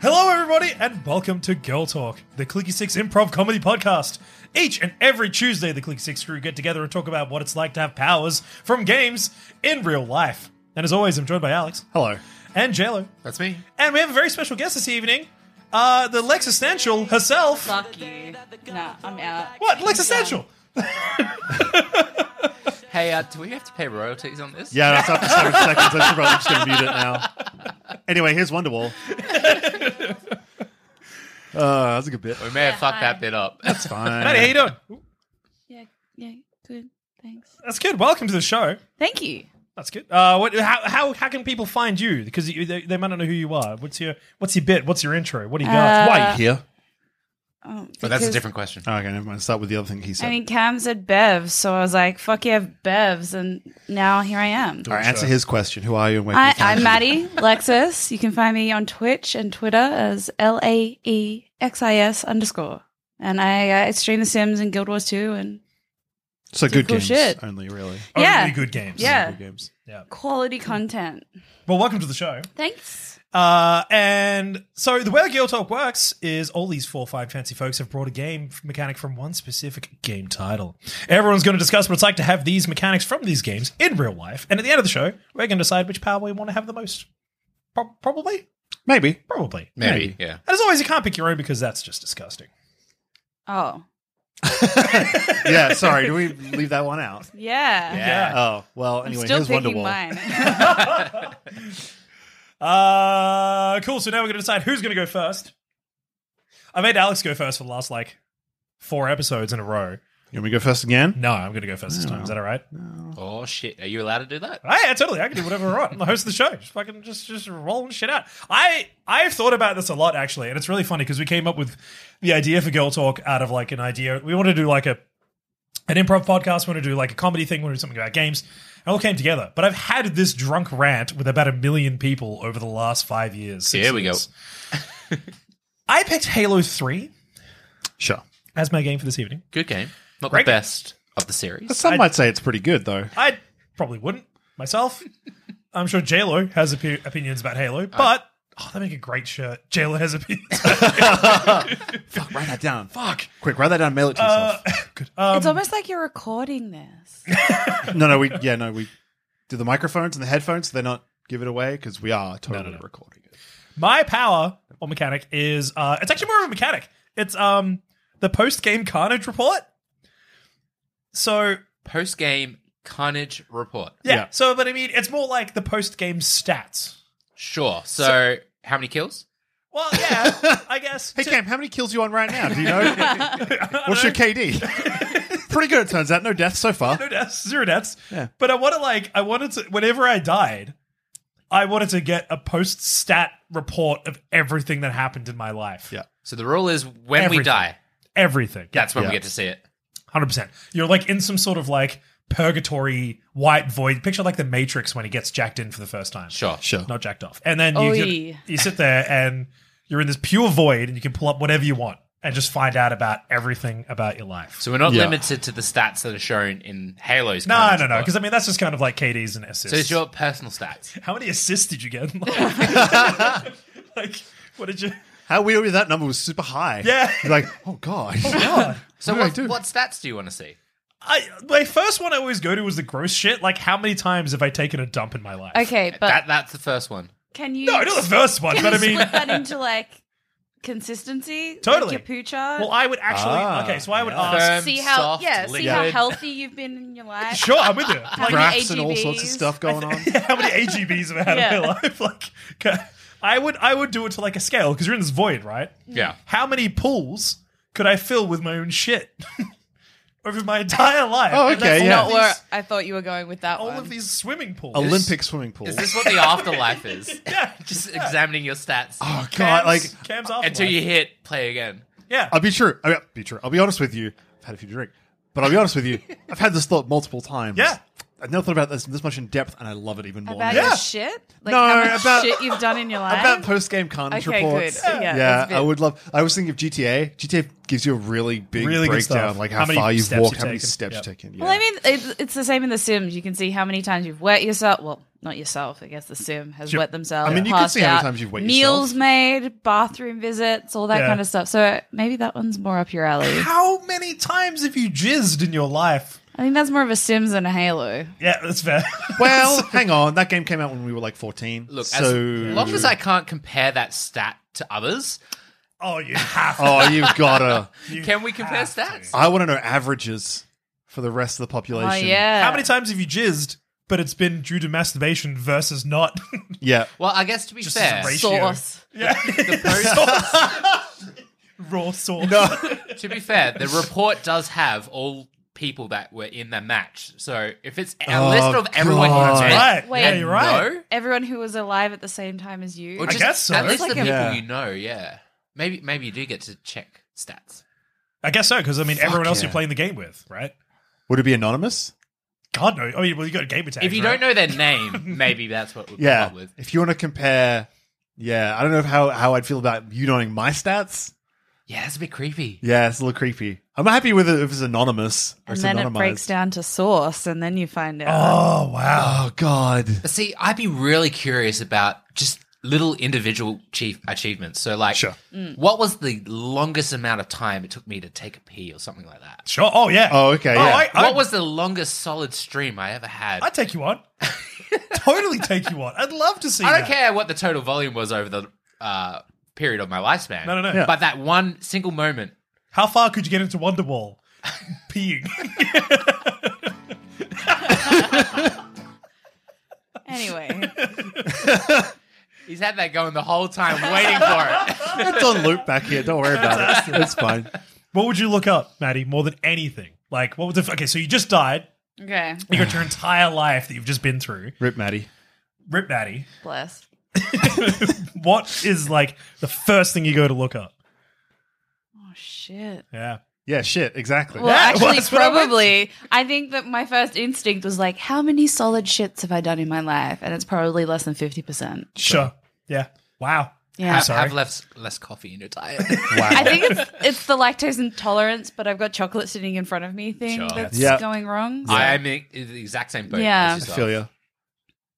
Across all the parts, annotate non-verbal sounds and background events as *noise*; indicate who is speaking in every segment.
Speaker 1: Hello, everybody, and welcome to Girl Talk, the Clicky Six improv comedy podcast. Each and every Tuesday, the Clicky Six crew get together and talk about what it's like to have powers from games in real life. And as always, I'm joined by Alex
Speaker 2: Hello.
Speaker 1: and JLo.
Speaker 2: That's me.
Speaker 1: And we have a very special guest this evening, uh, the Lexistential herself.
Speaker 3: Fuck you. Nah, I'm out.
Speaker 1: What? Lexistential?
Speaker 4: Hey, uh, do we have to pay royalties on this?
Speaker 2: Yeah, that's after seven seconds. I should probably just gonna mute it now. Anyway, here's Wonderwall. Uh, that was a good bit.
Speaker 4: We may have fucked that bit up. *laughs*
Speaker 2: It's fine.
Speaker 1: Maddie, how you doing? Ooh,
Speaker 3: Yeah, yeah, good. Thanks.
Speaker 1: That's good. Welcome to the show.
Speaker 3: Thank you.
Speaker 1: That's good. Uh, what? How, how? How can people find you? Because you, they, they might not know who you are. What's your What's your bit? What's your intro? What do you got?
Speaker 3: Uh,
Speaker 1: Why are you here?
Speaker 3: Um,
Speaker 4: But that's a
Speaker 3: because-
Speaker 4: different question.
Speaker 2: Oh, okay, never mind. Start with the other thing he said.
Speaker 3: I mean, Cam said Bevs, so I was like, fuck yeah, Bevs. And now here I am.
Speaker 2: All right, answer his question. Who are you and where
Speaker 3: I,
Speaker 2: can we find
Speaker 3: I'm
Speaker 2: you?
Speaker 3: Maddie Lexus. You can find me on Twitch and Twitter as L A E X I S underscore. And I uh, stream The Sims and Guild Wars 2 and
Speaker 2: So good
Speaker 3: cool
Speaker 2: games
Speaker 3: shit.
Speaker 2: only, really.
Speaker 3: yeah,
Speaker 1: Only good games.
Speaker 3: Yeah.
Speaker 2: Good games.
Speaker 3: quality content.
Speaker 1: Well, welcome to the show.
Speaker 3: Thanks.
Speaker 1: Uh, and so the way Girl Talk works is all these four or five fancy folks have brought a game mechanic from one specific game title. Everyone's going to discuss what it's like to have these mechanics from these games in real life. And at the end of the show, we're going to decide which power we want to have the most. Pro- probably?
Speaker 2: Maybe.
Speaker 1: Probably. And
Speaker 4: Maybe, yeah.
Speaker 1: as always, you can't pick your own because that's just disgusting.
Speaker 3: Oh,
Speaker 2: Yeah, sorry. Do we leave that one out?
Speaker 3: yeah.
Speaker 4: Yeah.
Speaker 2: Oh, well,
Speaker 3: I'm
Speaker 2: anyway,
Speaker 3: still
Speaker 2: here's
Speaker 3: picking
Speaker 2: Wonderwall.
Speaker 3: mine.
Speaker 1: Uh, cool. So now we're going to decide who's going to go first. I made Alex go first for the last like four episodes in a row.
Speaker 2: You want me to go first again?
Speaker 1: No, I'm going to go first this time. Is that all right?
Speaker 4: Oh shit! Are you allowed to do that?
Speaker 1: I, yeah, totally. I can do whatever I want. I'm the host of the show. Just fucking just just rolling shit out. I I've thought about this a lot actually, and it's really funny because we came up with the idea for Girl Talk out of like an idea. We want to do like a an improv podcast. We want to do like a comedy thing. We want to do something about games. It all came together. But I've had this drunk rant with about a million people over the last five years. six
Speaker 4: Here we go.
Speaker 1: years. *laughs* I picked Halo Three
Speaker 2: Sure.
Speaker 1: as my game for this evening.
Speaker 4: Good game. Not
Speaker 1: Great
Speaker 4: the
Speaker 1: game.
Speaker 4: best of the series.
Speaker 2: Some might say it's pretty good, though.
Speaker 1: I probably wouldn't
Speaker 2: *laughs*
Speaker 1: myself. I'm sure JLo has opi- opinions about Halo, but oh, they make a great shirt. JLo has opinions.
Speaker 2: *laughs* Fuck, write that down.
Speaker 1: Fuck.
Speaker 2: Quick, write that down. Mail it to yourself.
Speaker 1: Good. Um,
Speaker 3: it's almost like you're recording this.
Speaker 2: No, no, we yeah, no, we do the microphones and the headphones. They're not give it away because we are totally recording it.
Speaker 1: my power or mechanic is uh, it's actually more of a mechanic. It's um the post game carnage report. So
Speaker 4: Post game carnage report.
Speaker 1: yeah,
Speaker 2: Yeah.
Speaker 1: so but I mean it's more like the post game stats.
Speaker 4: Sure. So, how many kills?
Speaker 1: Well,
Speaker 2: *laughs*
Speaker 1: yeah, I guess.
Speaker 2: Hey,
Speaker 1: to-
Speaker 2: Cam, how many kills you on right now? Do
Speaker 1: *laughs*
Speaker 2: you know? *laughs* What's your KD? *laughs* Pretty good, it turns out. No deaths so far.
Speaker 1: no deaths, zero deaths.
Speaker 2: Yeah.
Speaker 1: But I wanted like I wanted to whenever I died, I wanted to get a post stat report of everything that happened in my life.
Speaker 2: Yeah.
Speaker 4: So the rule is when
Speaker 1: Everything.
Speaker 4: we die,
Speaker 1: Everything.
Speaker 4: that's when
Speaker 2: Yeah.
Speaker 4: we get to see it.
Speaker 1: Hundred percent. You're like in some sort of like purgatory white void. Picture like the Matrix when he gets jacked in for the first time.
Speaker 4: Sure.
Speaker 2: Sure.
Speaker 1: Not jacked off. And then you you,
Speaker 3: Oi.
Speaker 1: you sit there and you're in this pure void and you can pull up whatever you want and just find out about everything about your life.
Speaker 4: So we're not
Speaker 2: Yeah.
Speaker 4: limited to the stats that are shown in Halo's.
Speaker 1: no,
Speaker 4: carnage
Speaker 1: no, no,
Speaker 4: report.
Speaker 1: because I mean that's just kind of like KDs and assists.
Speaker 4: so it's your personal stats.
Speaker 1: How many assists did you get? *laughs*
Speaker 2: *laughs*
Speaker 1: like, what did you?
Speaker 2: How weird was that number was super high.
Speaker 1: Yeah.
Speaker 2: You're like, oh
Speaker 1: *laughs*
Speaker 2: god.
Speaker 1: God.
Speaker 4: So
Speaker 2: What do I
Speaker 4: what,
Speaker 2: do?
Speaker 4: what stats do you want to see?
Speaker 1: I my first one I always go to was the gross shit. Like, how many times have I taken a dump in my life?
Speaker 3: Okay, but
Speaker 4: that that's the first one.
Speaker 3: can you?
Speaker 1: No, not the first one,
Speaker 3: Can
Speaker 1: but I
Speaker 3: you
Speaker 1: mean,
Speaker 3: *laughs* split that into like consistency?
Speaker 1: Totally.
Speaker 3: Like your poo chart.
Speaker 1: well, I would actually.
Speaker 2: Ah,
Speaker 1: okay, so I would
Speaker 2: yeah.
Speaker 1: ask.
Speaker 4: Firm,
Speaker 3: see how
Speaker 4: soft,
Speaker 3: yeah, see how
Speaker 4: liquid.
Speaker 3: healthy you've been in your life.
Speaker 1: Sure, I'm with you. *laughs*
Speaker 3: How
Speaker 1: Like,
Speaker 3: many
Speaker 2: Graphs and all sorts of
Speaker 3: AGBs?
Speaker 2: stuff
Speaker 1: *laughs*
Speaker 2: going on. *laughs*
Speaker 1: how many AGBs have I had in my
Speaker 3: Yeah.
Speaker 1: life? *laughs* Like, okay, I would I would do it to like a scale because you're in this void, right?
Speaker 4: Yeah.
Speaker 1: How many pools could I fill with my own shit? *laughs* over my entire life.
Speaker 2: Oh,
Speaker 1: And
Speaker 2: okay,
Speaker 1: that's
Speaker 3: That's
Speaker 2: yeah.
Speaker 1: all
Speaker 3: not where
Speaker 1: these-
Speaker 3: I thought you were going with that
Speaker 1: all
Speaker 3: one.
Speaker 1: of these swimming pools.
Speaker 2: Olympic swimming pool.
Speaker 4: Is this what the afterlife is?
Speaker 1: *laughs* Yeah.
Speaker 4: *laughs* Just examining your stats
Speaker 2: oh
Speaker 1: Cam's,
Speaker 2: god, like
Speaker 1: Cam's afterlife.
Speaker 4: until you hit play again.
Speaker 1: yeah.
Speaker 2: I'll be true. I mean, be true. I'll be honest with you. I've had a few drink, but I'll be honest
Speaker 1: *laughs*
Speaker 2: with you. I've had this thought multiple times.
Speaker 1: Yeah.
Speaker 2: I've never thought about this this much in depth, and I love it even more.
Speaker 3: about
Speaker 2: now.
Speaker 1: Yeah.
Speaker 3: your shit? Like
Speaker 2: No,
Speaker 3: how much
Speaker 2: about-
Speaker 3: shit you've done in your life?
Speaker 2: About post game carnage
Speaker 3: Okay,
Speaker 2: reports.
Speaker 3: good. Yeah, Yeah. that's a bit-
Speaker 2: I would love. I was thinking of GTA. GTA gives you a really big
Speaker 1: Really good
Speaker 2: breakdown,
Speaker 1: stuff.
Speaker 2: like
Speaker 1: How
Speaker 2: how,
Speaker 1: many
Speaker 2: far you've
Speaker 1: steps
Speaker 2: walked,
Speaker 1: you've
Speaker 2: how many
Speaker 1: taken.
Speaker 2: steps
Speaker 1: Yep.
Speaker 2: you've taken.
Speaker 3: Well, I mean, it, it's the same in The Sims. You can see how many times you've wet yourself. Well, not yourself. I guess the Sim has
Speaker 2: Sure.
Speaker 3: wet themselves.
Speaker 2: I mean, you can
Speaker 3: passed
Speaker 2: see how many
Speaker 3: out,
Speaker 2: times you've wet
Speaker 3: Meals
Speaker 2: yourself.
Speaker 3: made, bathroom visits, all that
Speaker 1: Yeah.
Speaker 3: kind of stuff. So maybe that one's more up
Speaker 1: *coughs*
Speaker 3: your alley.
Speaker 1: How many times have you jizzed in your life?
Speaker 3: I think that's more of a Sims than a Halo.
Speaker 1: Yeah, that's *laughs* fair.
Speaker 2: Well, hang on. That game came out when we were like fourteen.
Speaker 4: Look,
Speaker 2: so
Speaker 4: as long as I can't compare that stat to others,
Speaker 1: oh, you have.
Speaker 2: *laughs* oh, you've gotta.
Speaker 1: You
Speaker 4: can we compare
Speaker 1: have to.
Speaker 4: stats?
Speaker 2: I want to know averages for the rest of the population.
Speaker 3: Oh yeah.
Speaker 1: How many times have you jizzed, but it's been due to masturbation versus not? *laughs*
Speaker 2: Yeah.
Speaker 4: Well, I guess to be
Speaker 1: Just
Speaker 4: fair,
Speaker 1: as ratio.
Speaker 3: Sauce.
Speaker 1: yeah.
Speaker 4: the
Speaker 1: *laughs*
Speaker 4: post,
Speaker 1: Raw sauce.
Speaker 4: to be fair, the report does have all people that were in the match. So if it's a
Speaker 2: Oh,
Speaker 4: list of everyone who
Speaker 2: God.
Speaker 4: met,
Speaker 1: *laughs* Right.
Speaker 3: Wait.
Speaker 1: yeah, you're right.
Speaker 4: no,
Speaker 3: Everyone who was alive at the same time as you.
Speaker 4: or
Speaker 1: I
Speaker 4: just
Speaker 1: guess so.
Speaker 4: At
Speaker 1: That's
Speaker 4: least
Speaker 3: like
Speaker 4: the
Speaker 3: a-
Speaker 4: people
Speaker 2: Yeah.
Speaker 4: you know, yeah. Maybe maybe you do get to check stats.
Speaker 1: I guess so, because I mean, everyone else
Speaker 2: yeah.
Speaker 1: you're playing the game with, right?
Speaker 2: Would it be anonymous?
Speaker 1: God, no. I mean, well, you got a game attack.
Speaker 4: if you
Speaker 1: right?
Speaker 4: don't know their
Speaker 1: *laughs*
Speaker 4: name, maybe that's what we'll
Speaker 2: Yeah.
Speaker 4: come up with.
Speaker 2: If you want to compare, yeah, I don't know how how I'd feel about you knowing my stats.
Speaker 4: Yeah, that's a bit creepy.
Speaker 2: Yeah, it's a little creepy. I'm happy with it if it's anonymous or
Speaker 3: And
Speaker 2: it's
Speaker 3: then
Speaker 2: anonymized.
Speaker 3: it breaks down to sauce, and then you find out.
Speaker 1: Oh, wow.
Speaker 2: Oh God.
Speaker 4: But see, I'd be really curious about just little individual chief achievements. So, like,
Speaker 2: Sure.
Speaker 4: what was the longest amount of time it took me to take a pee or something like that?
Speaker 1: Sure. Oh, yeah.
Speaker 2: Oh, okay,
Speaker 1: Oh,
Speaker 2: yeah.
Speaker 1: I, I,
Speaker 4: what was the longest solid stream I ever had?
Speaker 1: I'd take you
Speaker 4: *laughs*
Speaker 1: on. totally take you on. I'd love to see
Speaker 4: I
Speaker 1: that.
Speaker 4: don't care what the total volume was over the uh, period of my lifespan.
Speaker 1: No, no, no. Yeah.
Speaker 4: But that one single moment.
Speaker 1: How far could you get into Wonderwall? *laughs* Peeing.
Speaker 3: Anyway,
Speaker 4: He's had that going the
Speaker 2: *laughs*
Speaker 4: whole time, waiting for it.
Speaker 2: It's on loop back here. Don't worry about it. It's fine.
Speaker 1: what would you look up, Maddie, more than anything? Like, what would the. Okay, so you just died.
Speaker 3: okay,
Speaker 1: You got your entire life that you've just been through.
Speaker 2: Rip Maddie.
Speaker 1: Rip Maddie.
Speaker 3: bless.
Speaker 1: What is, like, the first thing you go to look up?
Speaker 3: Oh shit.
Speaker 1: Yeah.
Speaker 2: Yeah, shit, exactly.
Speaker 3: Well, actually,
Speaker 1: that's what I went
Speaker 3: probably. I think that my first instinct was like, how many solid shits have I done in my life? And it's probably less than 50%.
Speaker 1: Sure. Yeah. Wow.
Speaker 3: Yeah.
Speaker 1: Sorry.
Speaker 4: Have less less coffee in
Speaker 2: *laughs*
Speaker 4: your diet.
Speaker 3: I think it's, it's the lactose intolerance, but I've got chocolate sitting in front of me thing
Speaker 4: Sure.
Speaker 3: that's
Speaker 2: Yeah.
Speaker 3: going wrong.
Speaker 4: I am in in the exact same boat.
Speaker 3: Yeah.
Speaker 4: as
Speaker 2: I
Speaker 4: yourself.
Speaker 2: feel you.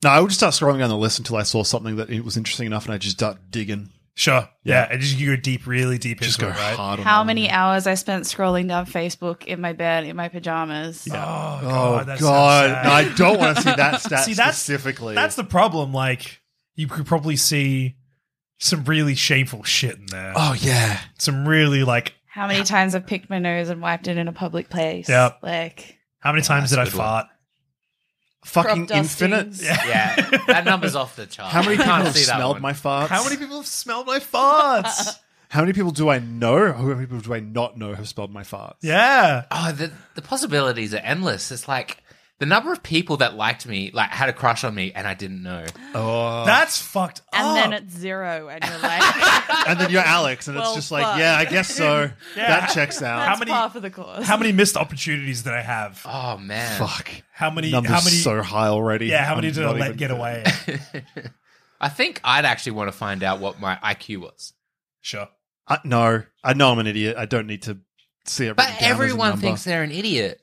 Speaker 2: No, I would just start scrolling down the list until I saw something that it was interesting enough and I just start digging.
Speaker 1: Sure. Yeah.
Speaker 2: Yeah.
Speaker 1: And just you go deep, really deep
Speaker 2: Just go
Speaker 1: into it, right?
Speaker 2: hard on
Speaker 3: How
Speaker 2: it.
Speaker 3: many hours I spent scrolling down Facebook in my bed, in my pajamas.
Speaker 1: Oh, God.
Speaker 2: Oh
Speaker 1: that
Speaker 2: god.
Speaker 1: sounds sad.
Speaker 2: No, I don't want to see that stat
Speaker 1: See, that's-
Speaker 2: specifically.
Speaker 1: That's the problem. Like, you could probably see some really shameful shit in there.
Speaker 2: Oh yeah.
Speaker 1: Some really, like,
Speaker 3: How many times I've picked my nose and wiped it in a public place.
Speaker 1: Yep.
Speaker 3: Like,
Speaker 1: how
Speaker 2: Oh,
Speaker 1: many times did I
Speaker 4: that's a good one.
Speaker 1: fart?
Speaker 2: Fucking
Speaker 3: crop dustings.
Speaker 2: infinite.
Speaker 4: Yeah, that number's off the chart.
Speaker 2: How many
Speaker 4: You
Speaker 2: people
Speaker 4: can't
Speaker 2: have
Speaker 4: see that
Speaker 2: smelled
Speaker 4: one.
Speaker 2: my farts?
Speaker 1: How many people have smelled my
Speaker 3: *laughs*
Speaker 1: farts?
Speaker 2: How many people do I know? How many people do I not know have smelled my farts?
Speaker 1: yeah.
Speaker 4: Oh, the the possibilities are endless. It's like the number of people that liked me, like had a crush on me, and I
Speaker 2: *gasps*
Speaker 4: didn't know.
Speaker 2: Oh.
Speaker 1: That's fucked
Speaker 3: and
Speaker 1: up.
Speaker 3: then it's zero, and *laughs* you're like,
Speaker 2: and then you're Alex, and it's
Speaker 3: Well,
Speaker 2: just like,
Speaker 3: fuck.
Speaker 2: yeah, I guess
Speaker 1: *laughs*
Speaker 2: so. That checks
Speaker 1: How
Speaker 2: out.
Speaker 3: that's
Speaker 1: many-
Speaker 3: par for the course.
Speaker 1: how many missed opportunities did I have?
Speaker 4: Oh man,
Speaker 2: Fuck.
Speaker 1: How many?
Speaker 2: Numbers
Speaker 1: how many?
Speaker 2: so high already.
Speaker 1: yeah, how many
Speaker 2: I'm
Speaker 1: did I
Speaker 2: not
Speaker 1: let
Speaker 2: even-
Speaker 1: get
Speaker 2: *laughs*
Speaker 1: away?
Speaker 4: *laughs* I think I'd actually want to find out what my IQ was.
Speaker 1: sure.
Speaker 2: I, no, I know I'm an idiot. I don't need to see it.
Speaker 4: But
Speaker 2: written down as a
Speaker 4: everyone
Speaker 2: number.
Speaker 4: thinks they're an idiot.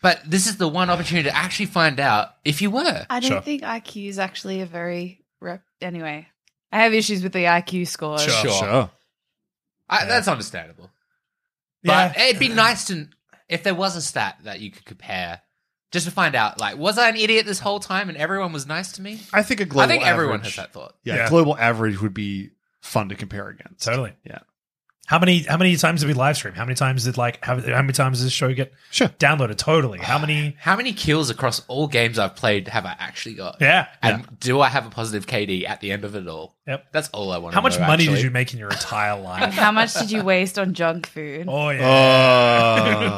Speaker 4: But this is the one opportunity to actually find out if you were.
Speaker 3: I don't
Speaker 1: Sure.
Speaker 3: think IQ is actually a very rep. Anyway, I have issues with the IQ scores.
Speaker 1: Sure.
Speaker 4: Sure.
Speaker 2: Sure.
Speaker 4: I, that's understandable.
Speaker 1: Yeah.
Speaker 4: But it'd be nice to if there was a stat that you could compare, just to find out. Like, was I an idiot this whole time and everyone was nice to me?
Speaker 2: I think a global.
Speaker 4: I think everyone
Speaker 2: average-
Speaker 4: has that thought.
Speaker 2: Yeah,
Speaker 1: Yeah.
Speaker 2: global average would be fun to compare against.
Speaker 1: Totally.
Speaker 2: Yeah.
Speaker 1: How many? How many times did we live stream? How many times did like? How, how many times did this show get
Speaker 2: Sure.
Speaker 1: downloaded? Totally. How
Speaker 3: *sighs*
Speaker 1: many?
Speaker 4: How many kills across all games I've played have I actually got?
Speaker 1: Yeah.
Speaker 4: And do I have a positive KD at the end of it all?
Speaker 1: Yep.
Speaker 4: That's all I want.
Speaker 1: How much money did you make in your
Speaker 3: *laughs*
Speaker 1: entire life? *laughs*
Speaker 3: How much did you waste on junk food?
Speaker 1: oh yeah.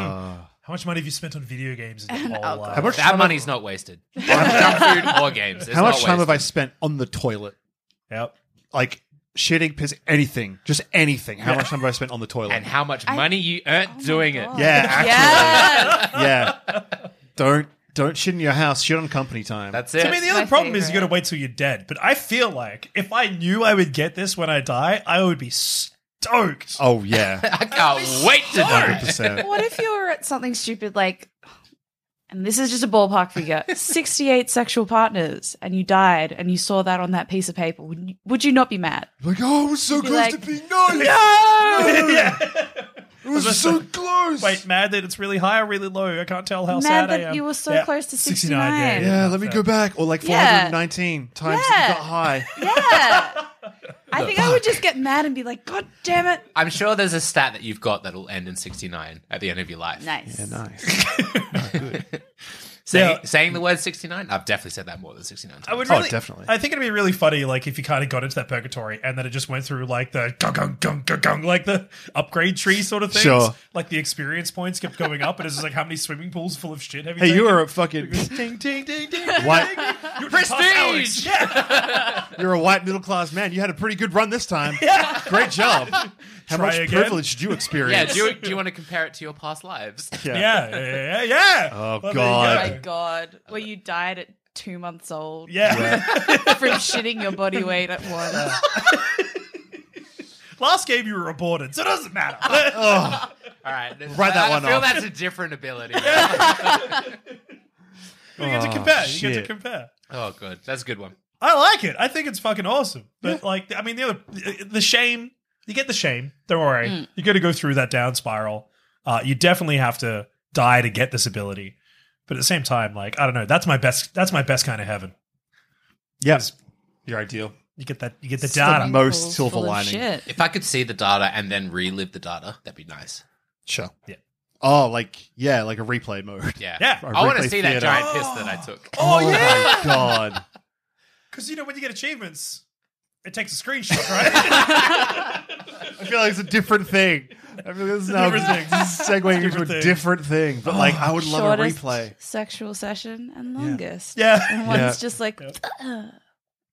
Speaker 2: Oh.
Speaker 1: How much money have you spent on video games in
Speaker 3: *laughs*
Speaker 1: your
Speaker 3: And
Speaker 1: whole
Speaker 3: alcohol.
Speaker 1: life?
Speaker 2: How much
Speaker 4: That
Speaker 2: time
Speaker 4: money's not wasted. Junk
Speaker 3: *laughs*
Speaker 4: food or games. It's
Speaker 2: How much
Speaker 4: not
Speaker 2: time have I
Speaker 4: wasted.
Speaker 2: spent on the toilet?
Speaker 1: Yep.
Speaker 2: Like shitting, pissing, anything, just anything. How much time have I spent on the toilet?
Speaker 4: And how much
Speaker 3: I-
Speaker 4: money you earned
Speaker 3: Oh my
Speaker 4: doing it?
Speaker 3: God.
Speaker 2: Yeah, actually.
Speaker 3: Yes.
Speaker 2: yeah. Don't don't shit in your house. Shit on company time.
Speaker 4: That's
Speaker 1: I
Speaker 4: it.
Speaker 1: mean, the
Speaker 3: my
Speaker 1: other problem is you got
Speaker 3: favorite.
Speaker 1: to wait till you're dead. But I feel like if I knew I would get this when I die, I would be stoked.
Speaker 2: oh *laughs* yeah,
Speaker 4: I can't wait to
Speaker 2: hundred
Speaker 4: know.
Speaker 2: percent.
Speaker 3: what if you're at something stupid like, and this is just a ballpark figure, 68 sexual partners, and you died, and you saw that on that piece of paper? Would you, would you not be mad?
Speaker 2: Like oh, it was so
Speaker 3: be
Speaker 2: close
Speaker 3: like,
Speaker 2: to being nice.
Speaker 1: yeah.
Speaker 2: It was so close.
Speaker 1: Wait, mad that it's really high or really low? I can't tell how
Speaker 3: mad
Speaker 1: sad
Speaker 3: that
Speaker 1: I am.
Speaker 3: you were so
Speaker 1: Yeah.
Speaker 3: close to 69.
Speaker 1: 69, yeah,
Speaker 2: yeah, let me go back. Or like four hundred nineteen times that
Speaker 3: Yeah.
Speaker 2: you got high.
Speaker 3: Yeah. I think I would just get mad and be like, God damn it.
Speaker 4: I'm sure there's a stat that you've got that'll end in 69 at the end of your life.
Speaker 3: Nice.
Speaker 2: nice.
Speaker 4: Saying,
Speaker 1: Yeah.
Speaker 4: saying the word 69, I've definitely said that more than 69 times.
Speaker 1: I would
Speaker 2: Oh,
Speaker 1: really,
Speaker 2: definitely.
Speaker 1: I think it'd be really funny, like if you kind of got into that purgatory and then it just went through like the gung gung gung gung gung, like the upgrade tree sort of things.
Speaker 2: Sure.
Speaker 1: Like the experience points kept going up, and it's just like how many swimming pools full of shit have you?
Speaker 2: Hey, you
Speaker 1: taken?
Speaker 2: were a *laughs* fucking
Speaker 1: ding ding ding ding.
Speaker 2: white.
Speaker 1: You're just past Alex.
Speaker 4: Prestige!
Speaker 1: Yeah.
Speaker 2: You're a white middle class man. You had a pretty good run this time. Great job. How
Speaker 1: Try
Speaker 2: much
Speaker 1: again.
Speaker 2: privilege did you
Speaker 4: yeah,
Speaker 2: experience?
Speaker 4: do you, do you want to compare it to your past lives?
Speaker 2: Yeah.
Speaker 1: Yeah, yeah, yeah, yeah.
Speaker 2: Oh,
Speaker 1: there you
Speaker 2: God.
Speaker 1: go.
Speaker 3: my God. Well, you died at two months old
Speaker 1: Yeah.
Speaker 3: from shitting your body weight at once.
Speaker 1: Last game you were aborted, so it doesn't
Speaker 2: *laughs*
Speaker 1: matter.
Speaker 2: Oh,
Speaker 4: All right.
Speaker 2: Write that
Speaker 4: I,
Speaker 2: one
Speaker 4: I feel
Speaker 2: off.
Speaker 4: that's a different ability.
Speaker 1: you get to
Speaker 2: Oh,
Speaker 1: compare. You get
Speaker 2: shit.
Speaker 1: to compare.
Speaker 4: oh, good. That's a good one.
Speaker 1: I like it. I think it's fucking awesome. But like, I mean, the other the shame. You get the shame. Don't worry. You're going to go through that down spiral. Uh, you definitely have to die to get this ability. But at the same time, like, I don't know. That's my best. That's my best kind of heaven.
Speaker 2: Yes. Your ideal.
Speaker 1: You get that. You get the
Speaker 3: It's
Speaker 1: data.
Speaker 2: the mo- Most
Speaker 3: Full-
Speaker 2: silver
Speaker 3: full of
Speaker 2: lining.
Speaker 3: shit.
Speaker 4: If I could see the data and then relive the data, that'd be nice.
Speaker 2: Sure.
Speaker 1: Yeah.
Speaker 2: Oh, like yeah, like a replay mode.
Speaker 4: Yeah.
Speaker 1: Yeah.
Speaker 4: I want to
Speaker 2: Wrigley
Speaker 4: see
Speaker 2: Theatre.
Speaker 4: that giant piss that I took.
Speaker 2: Oh, my god.
Speaker 1: Because you know when you get achievements, it takes a screenshot, right? *laughs*
Speaker 2: I feel like it's a different thing. I feel like this is now
Speaker 1: Different thing.
Speaker 2: this is segueing into a
Speaker 1: Different thing.
Speaker 2: different thing. But like, I would love a
Speaker 1: *laughs*
Speaker 3: Shortest
Speaker 2: replay.
Speaker 3: Sexual session and longest.
Speaker 1: yeah.
Speaker 3: And one's
Speaker 2: Yeah.
Speaker 3: just like,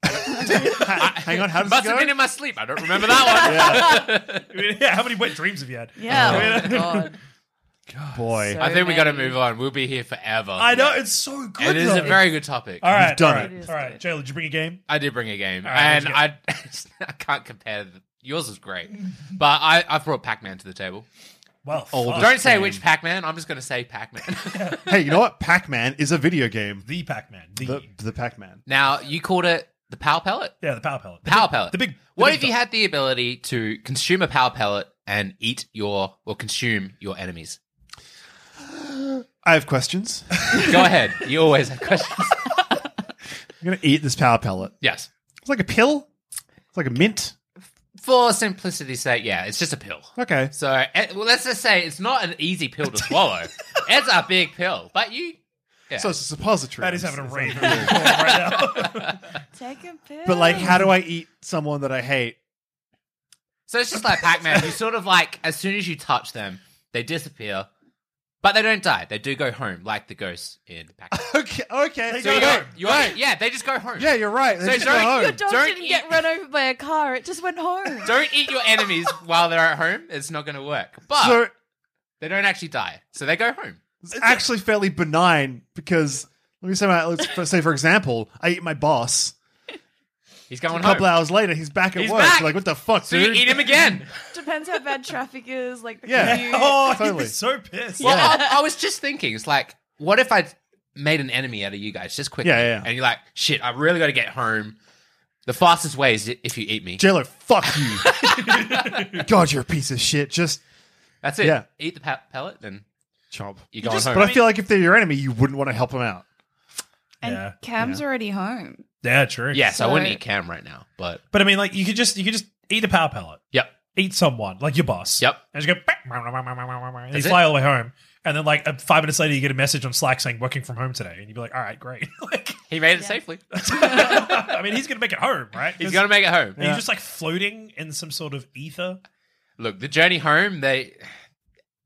Speaker 2: Hang on, how does
Speaker 4: Must
Speaker 2: it
Speaker 4: have
Speaker 2: go?
Speaker 4: been in my sleep. I don't remember that one.
Speaker 1: I mean, yeah. How many wet dreams have you had?
Speaker 3: yeah, oh my God.
Speaker 2: Boy,
Speaker 3: So
Speaker 4: I think we got to
Speaker 3: many.
Speaker 4: move on. We'll be here forever.
Speaker 1: I know it's so good.
Speaker 4: It is
Speaker 1: though.
Speaker 4: a very good topic.
Speaker 1: All right,
Speaker 2: done
Speaker 1: all right,
Speaker 2: it.
Speaker 3: It is
Speaker 1: all right.
Speaker 3: good.
Speaker 1: Jayla, did you bring a game?
Speaker 4: I did bring a game,
Speaker 1: All right,
Speaker 4: and I I *laughs* can't compare. The, yours was great, but I I brought Pac Man to the table.
Speaker 1: Well,
Speaker 2: Old-
Speaker 1: fuck.
Speaker 4: Don't say
Speaker 2: game.
Speaker 4: which Pac Man. I'm just going to say Pac Man.
Speaker 2: *laughs* hey, you know what? Pac-Man is a video game.
Speaker 1: the Pac-Man. The,
Speaker 2: The the Pac-Man.
Speaker 4: *laughs* now you called it the Power Pellet.
Speaker 1: yeah, the Power Pellet. The
Speaker 4: Power
Speaker 1: big-
Speaker 4: Pellet.
Speaker 1: The big. the
Speaker 4: What
Speaker 1: big
Speaker 4: if you
Speaker 1: dog.
Speaker 4: had the ability to consume a Power Pellet and eat your or consume your enemies?
Speaker 2: I have questions. I'm
Speaker 4: Go ahead. You always have questions.
Speaker 2: gonna eat this power pellet.
Speaker 4: Yes.
Speaker 2: It's like a pill. It's like a mint.
Speaker 4: For simplicity's sake, yeah, it's just a pill.
Speaker 2: Okay.
Speaker 4: So eh, well, let's just say it's not an easy pill to *laughs* swallow. it's a big pill, but you. Yeah.
Speaker 2: So it's a suppository.
Speaker 1: Maddie's having a
Speaker 2: It's-
Speaker 1: rave right now.
Speaker 3: Take a pill.
Speaker 2: But like, how do I eat someone that I hate? *laughs*
Speaker 4: So it's just like Pac Man. You sort of like, as soon as you touch them, they disappear, but they don't die. They do go home, like the ghosts in
Speaker 1: *laughs*
Speaker 4: Pac Man.
Speaker 2: Okay. Okay.
Speaker 1: They go home.
Speaker 4: You are, yeah, they just go home.
Speaker 2: Yeah, you're right. They
Speaker 4: So
Speaker 2: just
Speaker 4: don't-
Speaker 2: go home.
Speaker 3: Your dog
Speaker 4: Don't
Speaker 3: didn't
Speaker 4: eat-
Speaker 3: get run over by a car. It just went home.
Speaker 4: Don't eat your
Speaker 1: *laughs*
Speaker 4: enemies while they're at home. It's not going to work. But
Speaker 2: So
Speaker 4: they don't actually die. So they go home.
Speaker 2: it's actually fairly benign because let me say my let's f- say for example, I eat my boss.
Speaker 4: He's going
Speaker 2: A
Speaker 4: home.
Speaker 2: couple hours later, he's back at
Speaker 4: He's
Speaker 2: work.
Speaker 4: back.
Speaker 2: You're like, what the fuck,
Speaker 4: so you
Speaker 2: dude?
Speaker 4: eat him again.
Speaker 3: Depends how bad traffic is. Like the
Speaker 2: Yeah. *laughs*
Speaker 3: commute.
Speaker 1: *laughs* oh, he'd
Speaker 2: Totally.
Speaker 1: be so pissed.
Speaker 4: Well, I, I was just thinking, it's like, what if I made an enemy out of you guys just quickly?
Speaker 2: Yeah, yeah, yeah.
Speaker 4: And you're like, shit, I really got to get home. The fastest way is if you eat me.
Speaker 2: JLo, fuck you.
Speaker 4: *laughs*
Speaker 2: God, you're a piece of shit. Just
Speaker 4: That's it.
Speaker 2: Yeah.
Speaker 4: Eat the pa- pellet, then
Speaker 2: chomp.
Speaker 4: you're going
Speaker 1: just-
Speaker 4: home.
Speaker 2: But I feel like if they're your enemy, you wouldn't want to help them out.
Speaker 3: And
Speaker 1: Yeah.
Speaker 3: Cam's already home.
Speaker 1: yeah, true.
Speaker 4: yes, I
Speaker 3: So-
Speaker 4: wouldn't eat Cam right now, but
Speaker 1: but I mean, like, you could just you could just eat a power pellet,
Speaker 4: yep.
Speaker 1: eat someone, like your boss.
Speaker 4: Yep.
Speaker 1: And just go. "Bah, wah, wah, wah, wah, wah, wah, wah," And you
Speaker 4: That's it.
Speaker 1: fly all the way home, and then like uh, five minutes later, you get a message on Slack saying working from home today, and you'd be like, all right, great. *laughs* like,
Speaker 4: He made it safely.
Speaker 1: I mean, he's gonna make it home, right?
Speaker 4: He's going to make it home.
Speaker 1: Are you just like floating in some sort of ether?
Speaker 4: Look, the journey home, they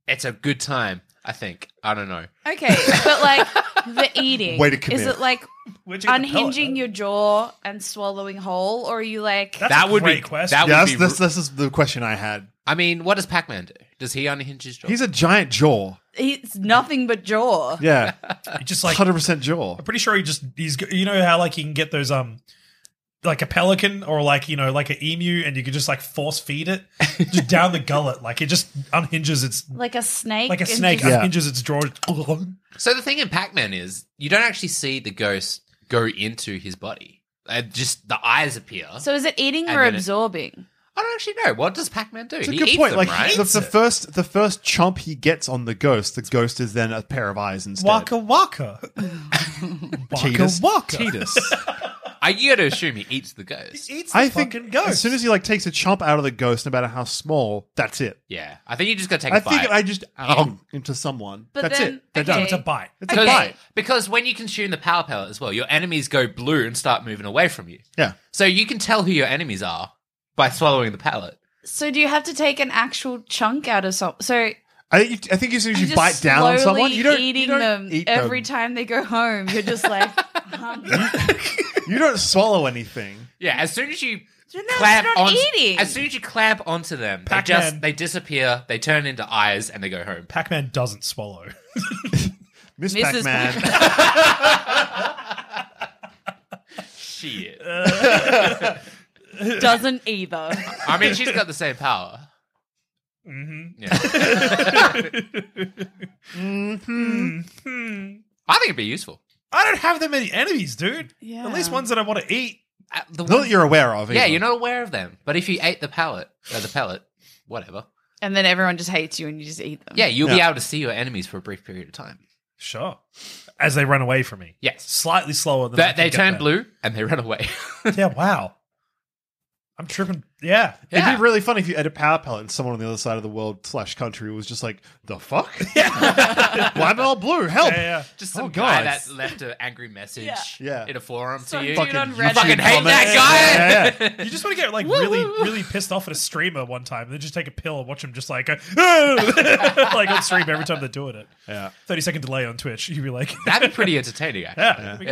Speaker 4: it's a good time. I think. I don't know.
Speaker 3: Okay, but like
Speaker 2: *laughs*
Speaker 3: the eating.
Speaker 2: Way to commit.
Speaker 3: Is it like
Speaker 1: Where'd you get the pellet,
Speaker 3: unhinging
Speaker 1: man?
Speaker 3: your jaw and swallowing whole, or are you like
Speaker 1: That's
Speaker 4: That
Speaker 1: a
Speaker 4: would
Speaker 1: great
Speaker 4: be-
Speaker 1: question.
Speaker 4: that would-
Speaker 2: Yeah,
Speaker 4: be
Speaker 2: that's, that's, this is the question I had.
Speaker 4: I mean, what does Pac Man do? Does he unhinge his jaw?
Speaker 2: He's a giant jaw.
Speaker 3: it's nothing but jaw?
Speaker 4: *laughs*
Speaker 2: Yeah,
Speaker 1: He just like
Speaker 2: hundred percent jaw.
Speaker 1: I'm pretty sure he just he's g- you know how like you can get those um like a pelican or like you know like an emu and you can just like force feed it
Speaker 2: *laughs*
Speaker 1: just down the gullet like it just unhinges its
Speaker 3: Like a snake.
Speaker 1: like a
Speaker 3: and
Speaker 1: snake
Speaker 3: just-
Speaker 2: Yeah.
Speaker 1: unhinges its
Speaker 2: *laughs*
Speaker 1: jaw.
Speaker 4: So the thing in Pac Man is you don't actually see the ghost go into his body. Uh, just the eyes appear.
Speaker 3: So is it eating
Speaker 4: And
Speaker 3: or
Speaker 4: then it-
Speaker 3: absorbing?
Speaker 4: I don't actually know. What does Pac Man do?
Speaker 2: It's a
Speaker 4: he
Speaker 2: good
Speaker 4: eats
Speaker 2: point.
Speaker 4: them,
Speaker 2: like
Speaker 4: right?
Speaker 2: the, the first, the first chomp he gets on the ghost, the ghost is then a pair of eyes instead.
Speaker 1: Waka waka. waka
Speaker 2: Teetus.
Speaker 1: waka.
Speaker 2: Teetus.
Speaker 4: *laughs* I you gotta assume he eats the ghost.
Speaker 1: He eats the
Speaker 2: I think
Speaker 1: fucking ghost.
Speaker 2: as soon as he like takes a chomp out of the ghost, no matter how small, that's it.
Speaker 4: Yeah, I think you just gotta take a
Speaker 2: I
Speaker 4: bite.
Speaker 2: think I just um, into someone.
Speaker 3: But
Speaker 2: that's
Speaker 3: then-
Speaker 2: it. They're done.
Speaker 3: okay.
Speaker 1: it's a bite.
Speaker 2: It's a
Speaker 4: Because-
Speaker 2: bite.
Speaker 4: Because when you consume the power pellet as well, your enemies go blue and start moving away from you.
Speaker 2: Yeah.
Speaker 4: So you can tell who your enemies are by swallowing the pellet.
Speaker 3: So do you have to take an actual chunk out of something? So
Speaker 2: I think. You, I think as soon as you
Speaker 3: just
Speaker 2: bite down on
Speaker 3: slowly
Speaker 2: someone, you don't
Speaker 3: eating
Speaker 2: you don't
Speaker 3: them
Speaker 2: eat
Speaker 3: every
Speaker 2: them.
Speaker 3: time they go home. You're just like, hungry.
Speaker 2: You don't swallow anything.
Speaker 4: Yeah, as soon as you
Speaker 3: Then that's
Speaker 4: clamp
Speaker 3: not
Speaker 4: on,
Speaker 3: eating.
Speaker 4: as soon as you clamp onto them, they
Speaker 1: Pac-Man.
Speaker 4: just they disappear, they turn into eyes, and they go home.
Speaker 1: Pac Man doesn't swallow. *laughs*
Speaker 2: Miss
Speaker 3: Mrs.
Speaker 2: Pac-Man.
Speaker 4: Shit.
Speaker 3: doesn't either.
Speaker 4: I mean, she's got the same power. Mm-hmm. Yeah. I think it'd be useful.
Speaker 1: I don't have that many enemies, dude.
Speaker 3: Yeah.
Speaker 1: At least ones that I want to eat.
Speaker 4: Uh,
Speaker 2: *laughs*
Speaker 4: the
Speaker 2: Not that
Speaker 4: ones-
Speaker 2: you're aware of.
Speaker 4: yeah,
Speaker 2: either.
Speaker 4: you're not aware of them, but if you ate the pellet, uh, the pellet, whatever.
Speaker 3: And then everyone just hates you and you just eat them.
Speaker 4: Yeah, you'll be
Speaker 2: Yeah.
Speaker 4: able to see your enemies for a brief period of time.
Speaker 1: Sure. As they run away from me.
Speaker 4: Yes.
Speaker 1: Slightly slower than I
Speaker 4: They,
Speaker 1: can
Speaker 4: they
Speaker 1: get
Speaker 4: turn
Speaker 1: there.
Speaker 4: blue and they run away.
Speaker 1: Yeah, wow. I'm tripping. Yeah.
Speaker 4: yeah.
Speaker 2: It'd be really funny if you had a power pellet and someone on the other side of the world slash country was just like, the
Speaker 4: *laughs*
Speaker 2: fuck? Why am I all blue? Help!
Speaker 1: Yeah, yeah.
Speaker 4: Just
Speaker 2: Oh,
Speaker 4: some guy
Speaker 2: God.
Speaker 4: that left an angry message
Speaker 3: Yeah.
Speaker 2: Yeah.
Speaker 4: in a forum
Speaker 3: So
Speaker 4: to you.
Speaker 3: dude on
Speaker 2: Fucking
Speaker 3: Reddit.
Speaker 2: YouTube
Speaker 4: fucking hate
Speaker 2: comments.
Speaker 4: that guy. *laughs*
Speaker 2: Yeah, yeah,
Speaker 1: You just want to get like really, really pissed off at a streamer one time, and then just take a pill and watch him just like, *laughs* go, like on stream every time they're doing it.
Speaker 2: Yeah.
Speaker 1: Thirty second delay on Twitch. You'd be like, *laughs*
Speaker 4: That'd be pretty entertaining, actually.
Speaker 1: yeah, yeah.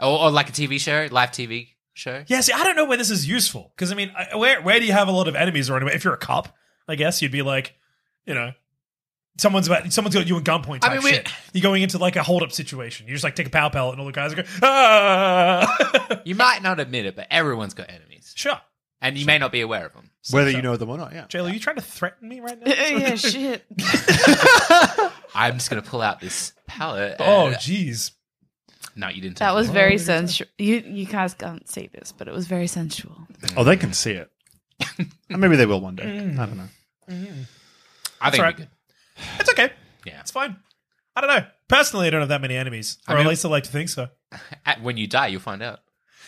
Speaker 4: Yeah. Or, or like a TV show, live TV show.
Speaker 1: *laughs* yeah. See, I don't know where this is useful because I mean, I- where where do you have a lot of enemies or anywhere? If you're a cop, I guess you'd be like, you know, someone's about someone's got you in gunpoint. Type
Speaker 4: I mean, we-
Speaker 1: shit. you're going into like a hold up situation. You just like take a power pellet, and all the guys are going, *laughs* ah. *laughs*
Speaker 4: You might not admit it, but everyone's got enemies.
Speaker 1: sure.
Speaker 4: And you may not be aware of them.
Speaker 2: Whether you know them or not, yeah.
Speaker 1: Jayla, are you trying to threaten me right now?
Speaker 4: *laughs*
Speaker 3: *laughs* yeah, shit.
Speaker 4: I'm just going to pull out this palette.
Speaker 1: Oh,
Speaker 4: and-
Speaker 1: jeez.
Speaker 4: no, you didn't.
Speaker 3: That
Speaker 4: tell me.
Speaker 3: was
Speaker 1: Oh,
Speaker 3: very sensual. You you guys can't see this, but it was very sensual.
Speaker 2: Oh, they can see it. And *laughs* Maybe they will one day.
Speaker 1: Mm.
Speaker 2: I don't know.
Speaker 4: I think
Speaker 1: That's
Speaker 4: we could.
Speaker 1: It's okay.
Speaker 4: Yeah.
Speaker 1: It's fine. I don't know. Personally, I don't have that many enemies, or
Speaker 4: mean-
Speaker 1: at least I like to think so.
Speaker 4: At- when you die, you'll find out.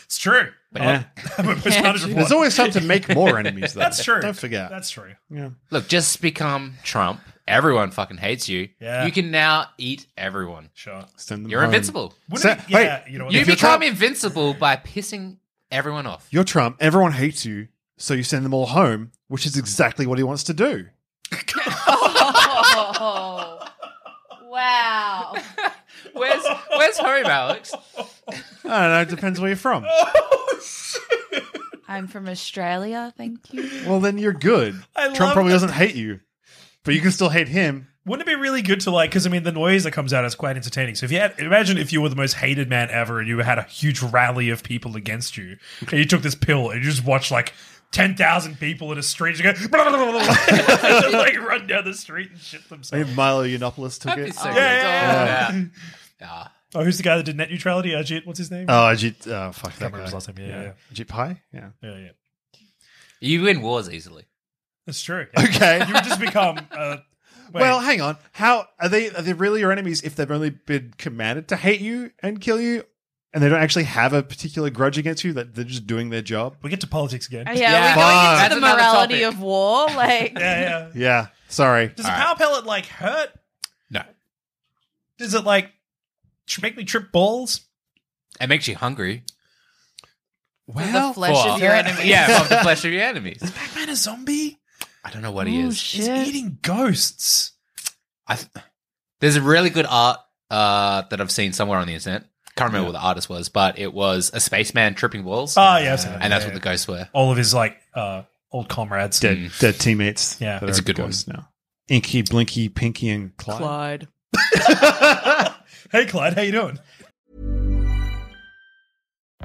Speaker 1: It's true. *laughs*
Speaker 4: But
Speaker 2: Yeah.
Speaker 1: I'm a percentage of
Speaker 2: There's
Speaker 1: one.
Speaker 2: always time to make more enemies, though.
Speaker 1: That's true.
Speaker 2: Don't forget.
Speaker 1: That's true.
Speaker 2: yeah.
Speaker 4: look, just become Trump. Everyone fucking hates you.
Speaker 1: Yeah.
Speaker 4: You can now eat everyone.
Speaker 1: Sure.
Speaker 2: Send them
Speaker 4: You're
Speaker 2: home.
Speaker 4: invincible.
Speaker 1: Wouldn't
Speaker 2: So-
Speaker 1: it, yeah,
Speaker 2: wait,
Speaker 1: you know what?
Speaker 4: You
Speaker 2: If you're
Speaker 4: become
Speaker 2: Trump-
Speaker 4: invincible by pissing everyone off.
Speaker 2: You're Trump. Everyone hates you, so you send them all home, which is exactly what he wants to do.
Speaker 3: Oh, wow.
Speaker 4: Where's Where's
Speaker 2: *laughs*
Speaker 4: home, Alex?
Speaker 2: I don't know. It depends where you're from.
Speaker 1: *laughs*
Speaker 3: I'm from Australia. Thank you.
Speaker 2: Well, then you're good.
Speaker 1: I love
Speaker 2: Trump probably
Speaker 1: that-
Speaker 2: doesn't hate you, but you can still hate him.
Speaker 1: Wouldn't it be really good to like? Because I mean, the noise that comes out is quite entertaining. So if you had, imagine if you were the most hated man ever, and you had a huge rally of people against you, and you took this pill, and you just watched like ten thousand people in a street just go, *laughs* just like run down the street and shit
Speaker 2: I
Speaker 1: themselves.
Speaker 2: think Milo Yiannopoulos took
Speaker 4: That'd be
Speaker 2: it.
Speaker 4: so
Speaker 2: Oh,
Speaker 4: good.
Speaker 1: yeah,
Speaker 4: Yeah.
Speaker 1: Oh, who's the guy that did net neutrality? Ajit, what's his name?
Speaker 2: Ajit. Oh, fuck that
Speaker 1: can't remember
Speaker 2: guy.
Speaker 1: his last name. Yeah, yeah,
Speaker 2: Ajit Pai? Yeah.
Speaker 1: yeah, yeah. yeah.
Speaker 4: You win wars easily.
Speaker 1: That's true.
Speaker 2: Okay.
Speaker 1: you would just become. Uh, wait.
Speaker 2: Well, hang on. How are they? Are they really your enemies if they've only been commanded to hate you and kill you, and they don't actually have a particular grudge against you? That they're just doing their job.
Speaker 1: we get to politics again.
Speaker 3: Yeah,
Speaker 1: yeah,
Speaker 3: we're
Speaker 4: Yeah.
Speaker 3: going
Speaker 2: Fuck.
Speaker 3: into
Speaker 4: That's
Speaker 3: the
Speaker 4: another
Speaker 3: morality
Speaker 4: topic.
Speaker 3: of war. Like,
Speaker 1: yeah.
Speaker 2: Yeah. Sorry.
Speaker 1: Does a power pellet like hurt?
Speaker 4: No.
Speaker 1: Does it like tr- make me trip balls?
Speaker 4: It makes you hungry.
Speaker 3: the flesh
Speaker 4: for-
Speaker 3: of your enemy.
Speaker 4: *laughs* Yeah, of the flesh of your enemies.
Speaker 1: Pac-Man a zombie?
Speaker 4: I don't know what he
Speaker 3: Oh,
Speaker 4: is.
Speaker 3: shit.
Speaker 1: He's eating ghosts.
Speaker 4: I th- There's a really good art uh, that I've seen somewhere on the internet. Can't remember what the artist was, but it was a spaceman tripping walls.
Speaker 1: Ah, yeah, I've seen that.
Speaker 4: and that's
Speaker 1: Yeah,
Speaker 4: what
Speaker 1: yeah.
Speaker 4: the ghosts were.
Speaker 1: all of his like uh, old comrades.
Speaker 2: Dead, dead teammates.
Speaker 1: Yeah.
Speaker 2: that
Speaker 4: It's
Speaker 2: are
Speaker 4: a good one.
Speaker 2: ghosts Now. Inky, Blinky, Pinky, and Clyde.
Speaker 5: Clyde.
Speaker 4: Mm.
Speaker 1: *laughs* hey, Clyde, how you doing?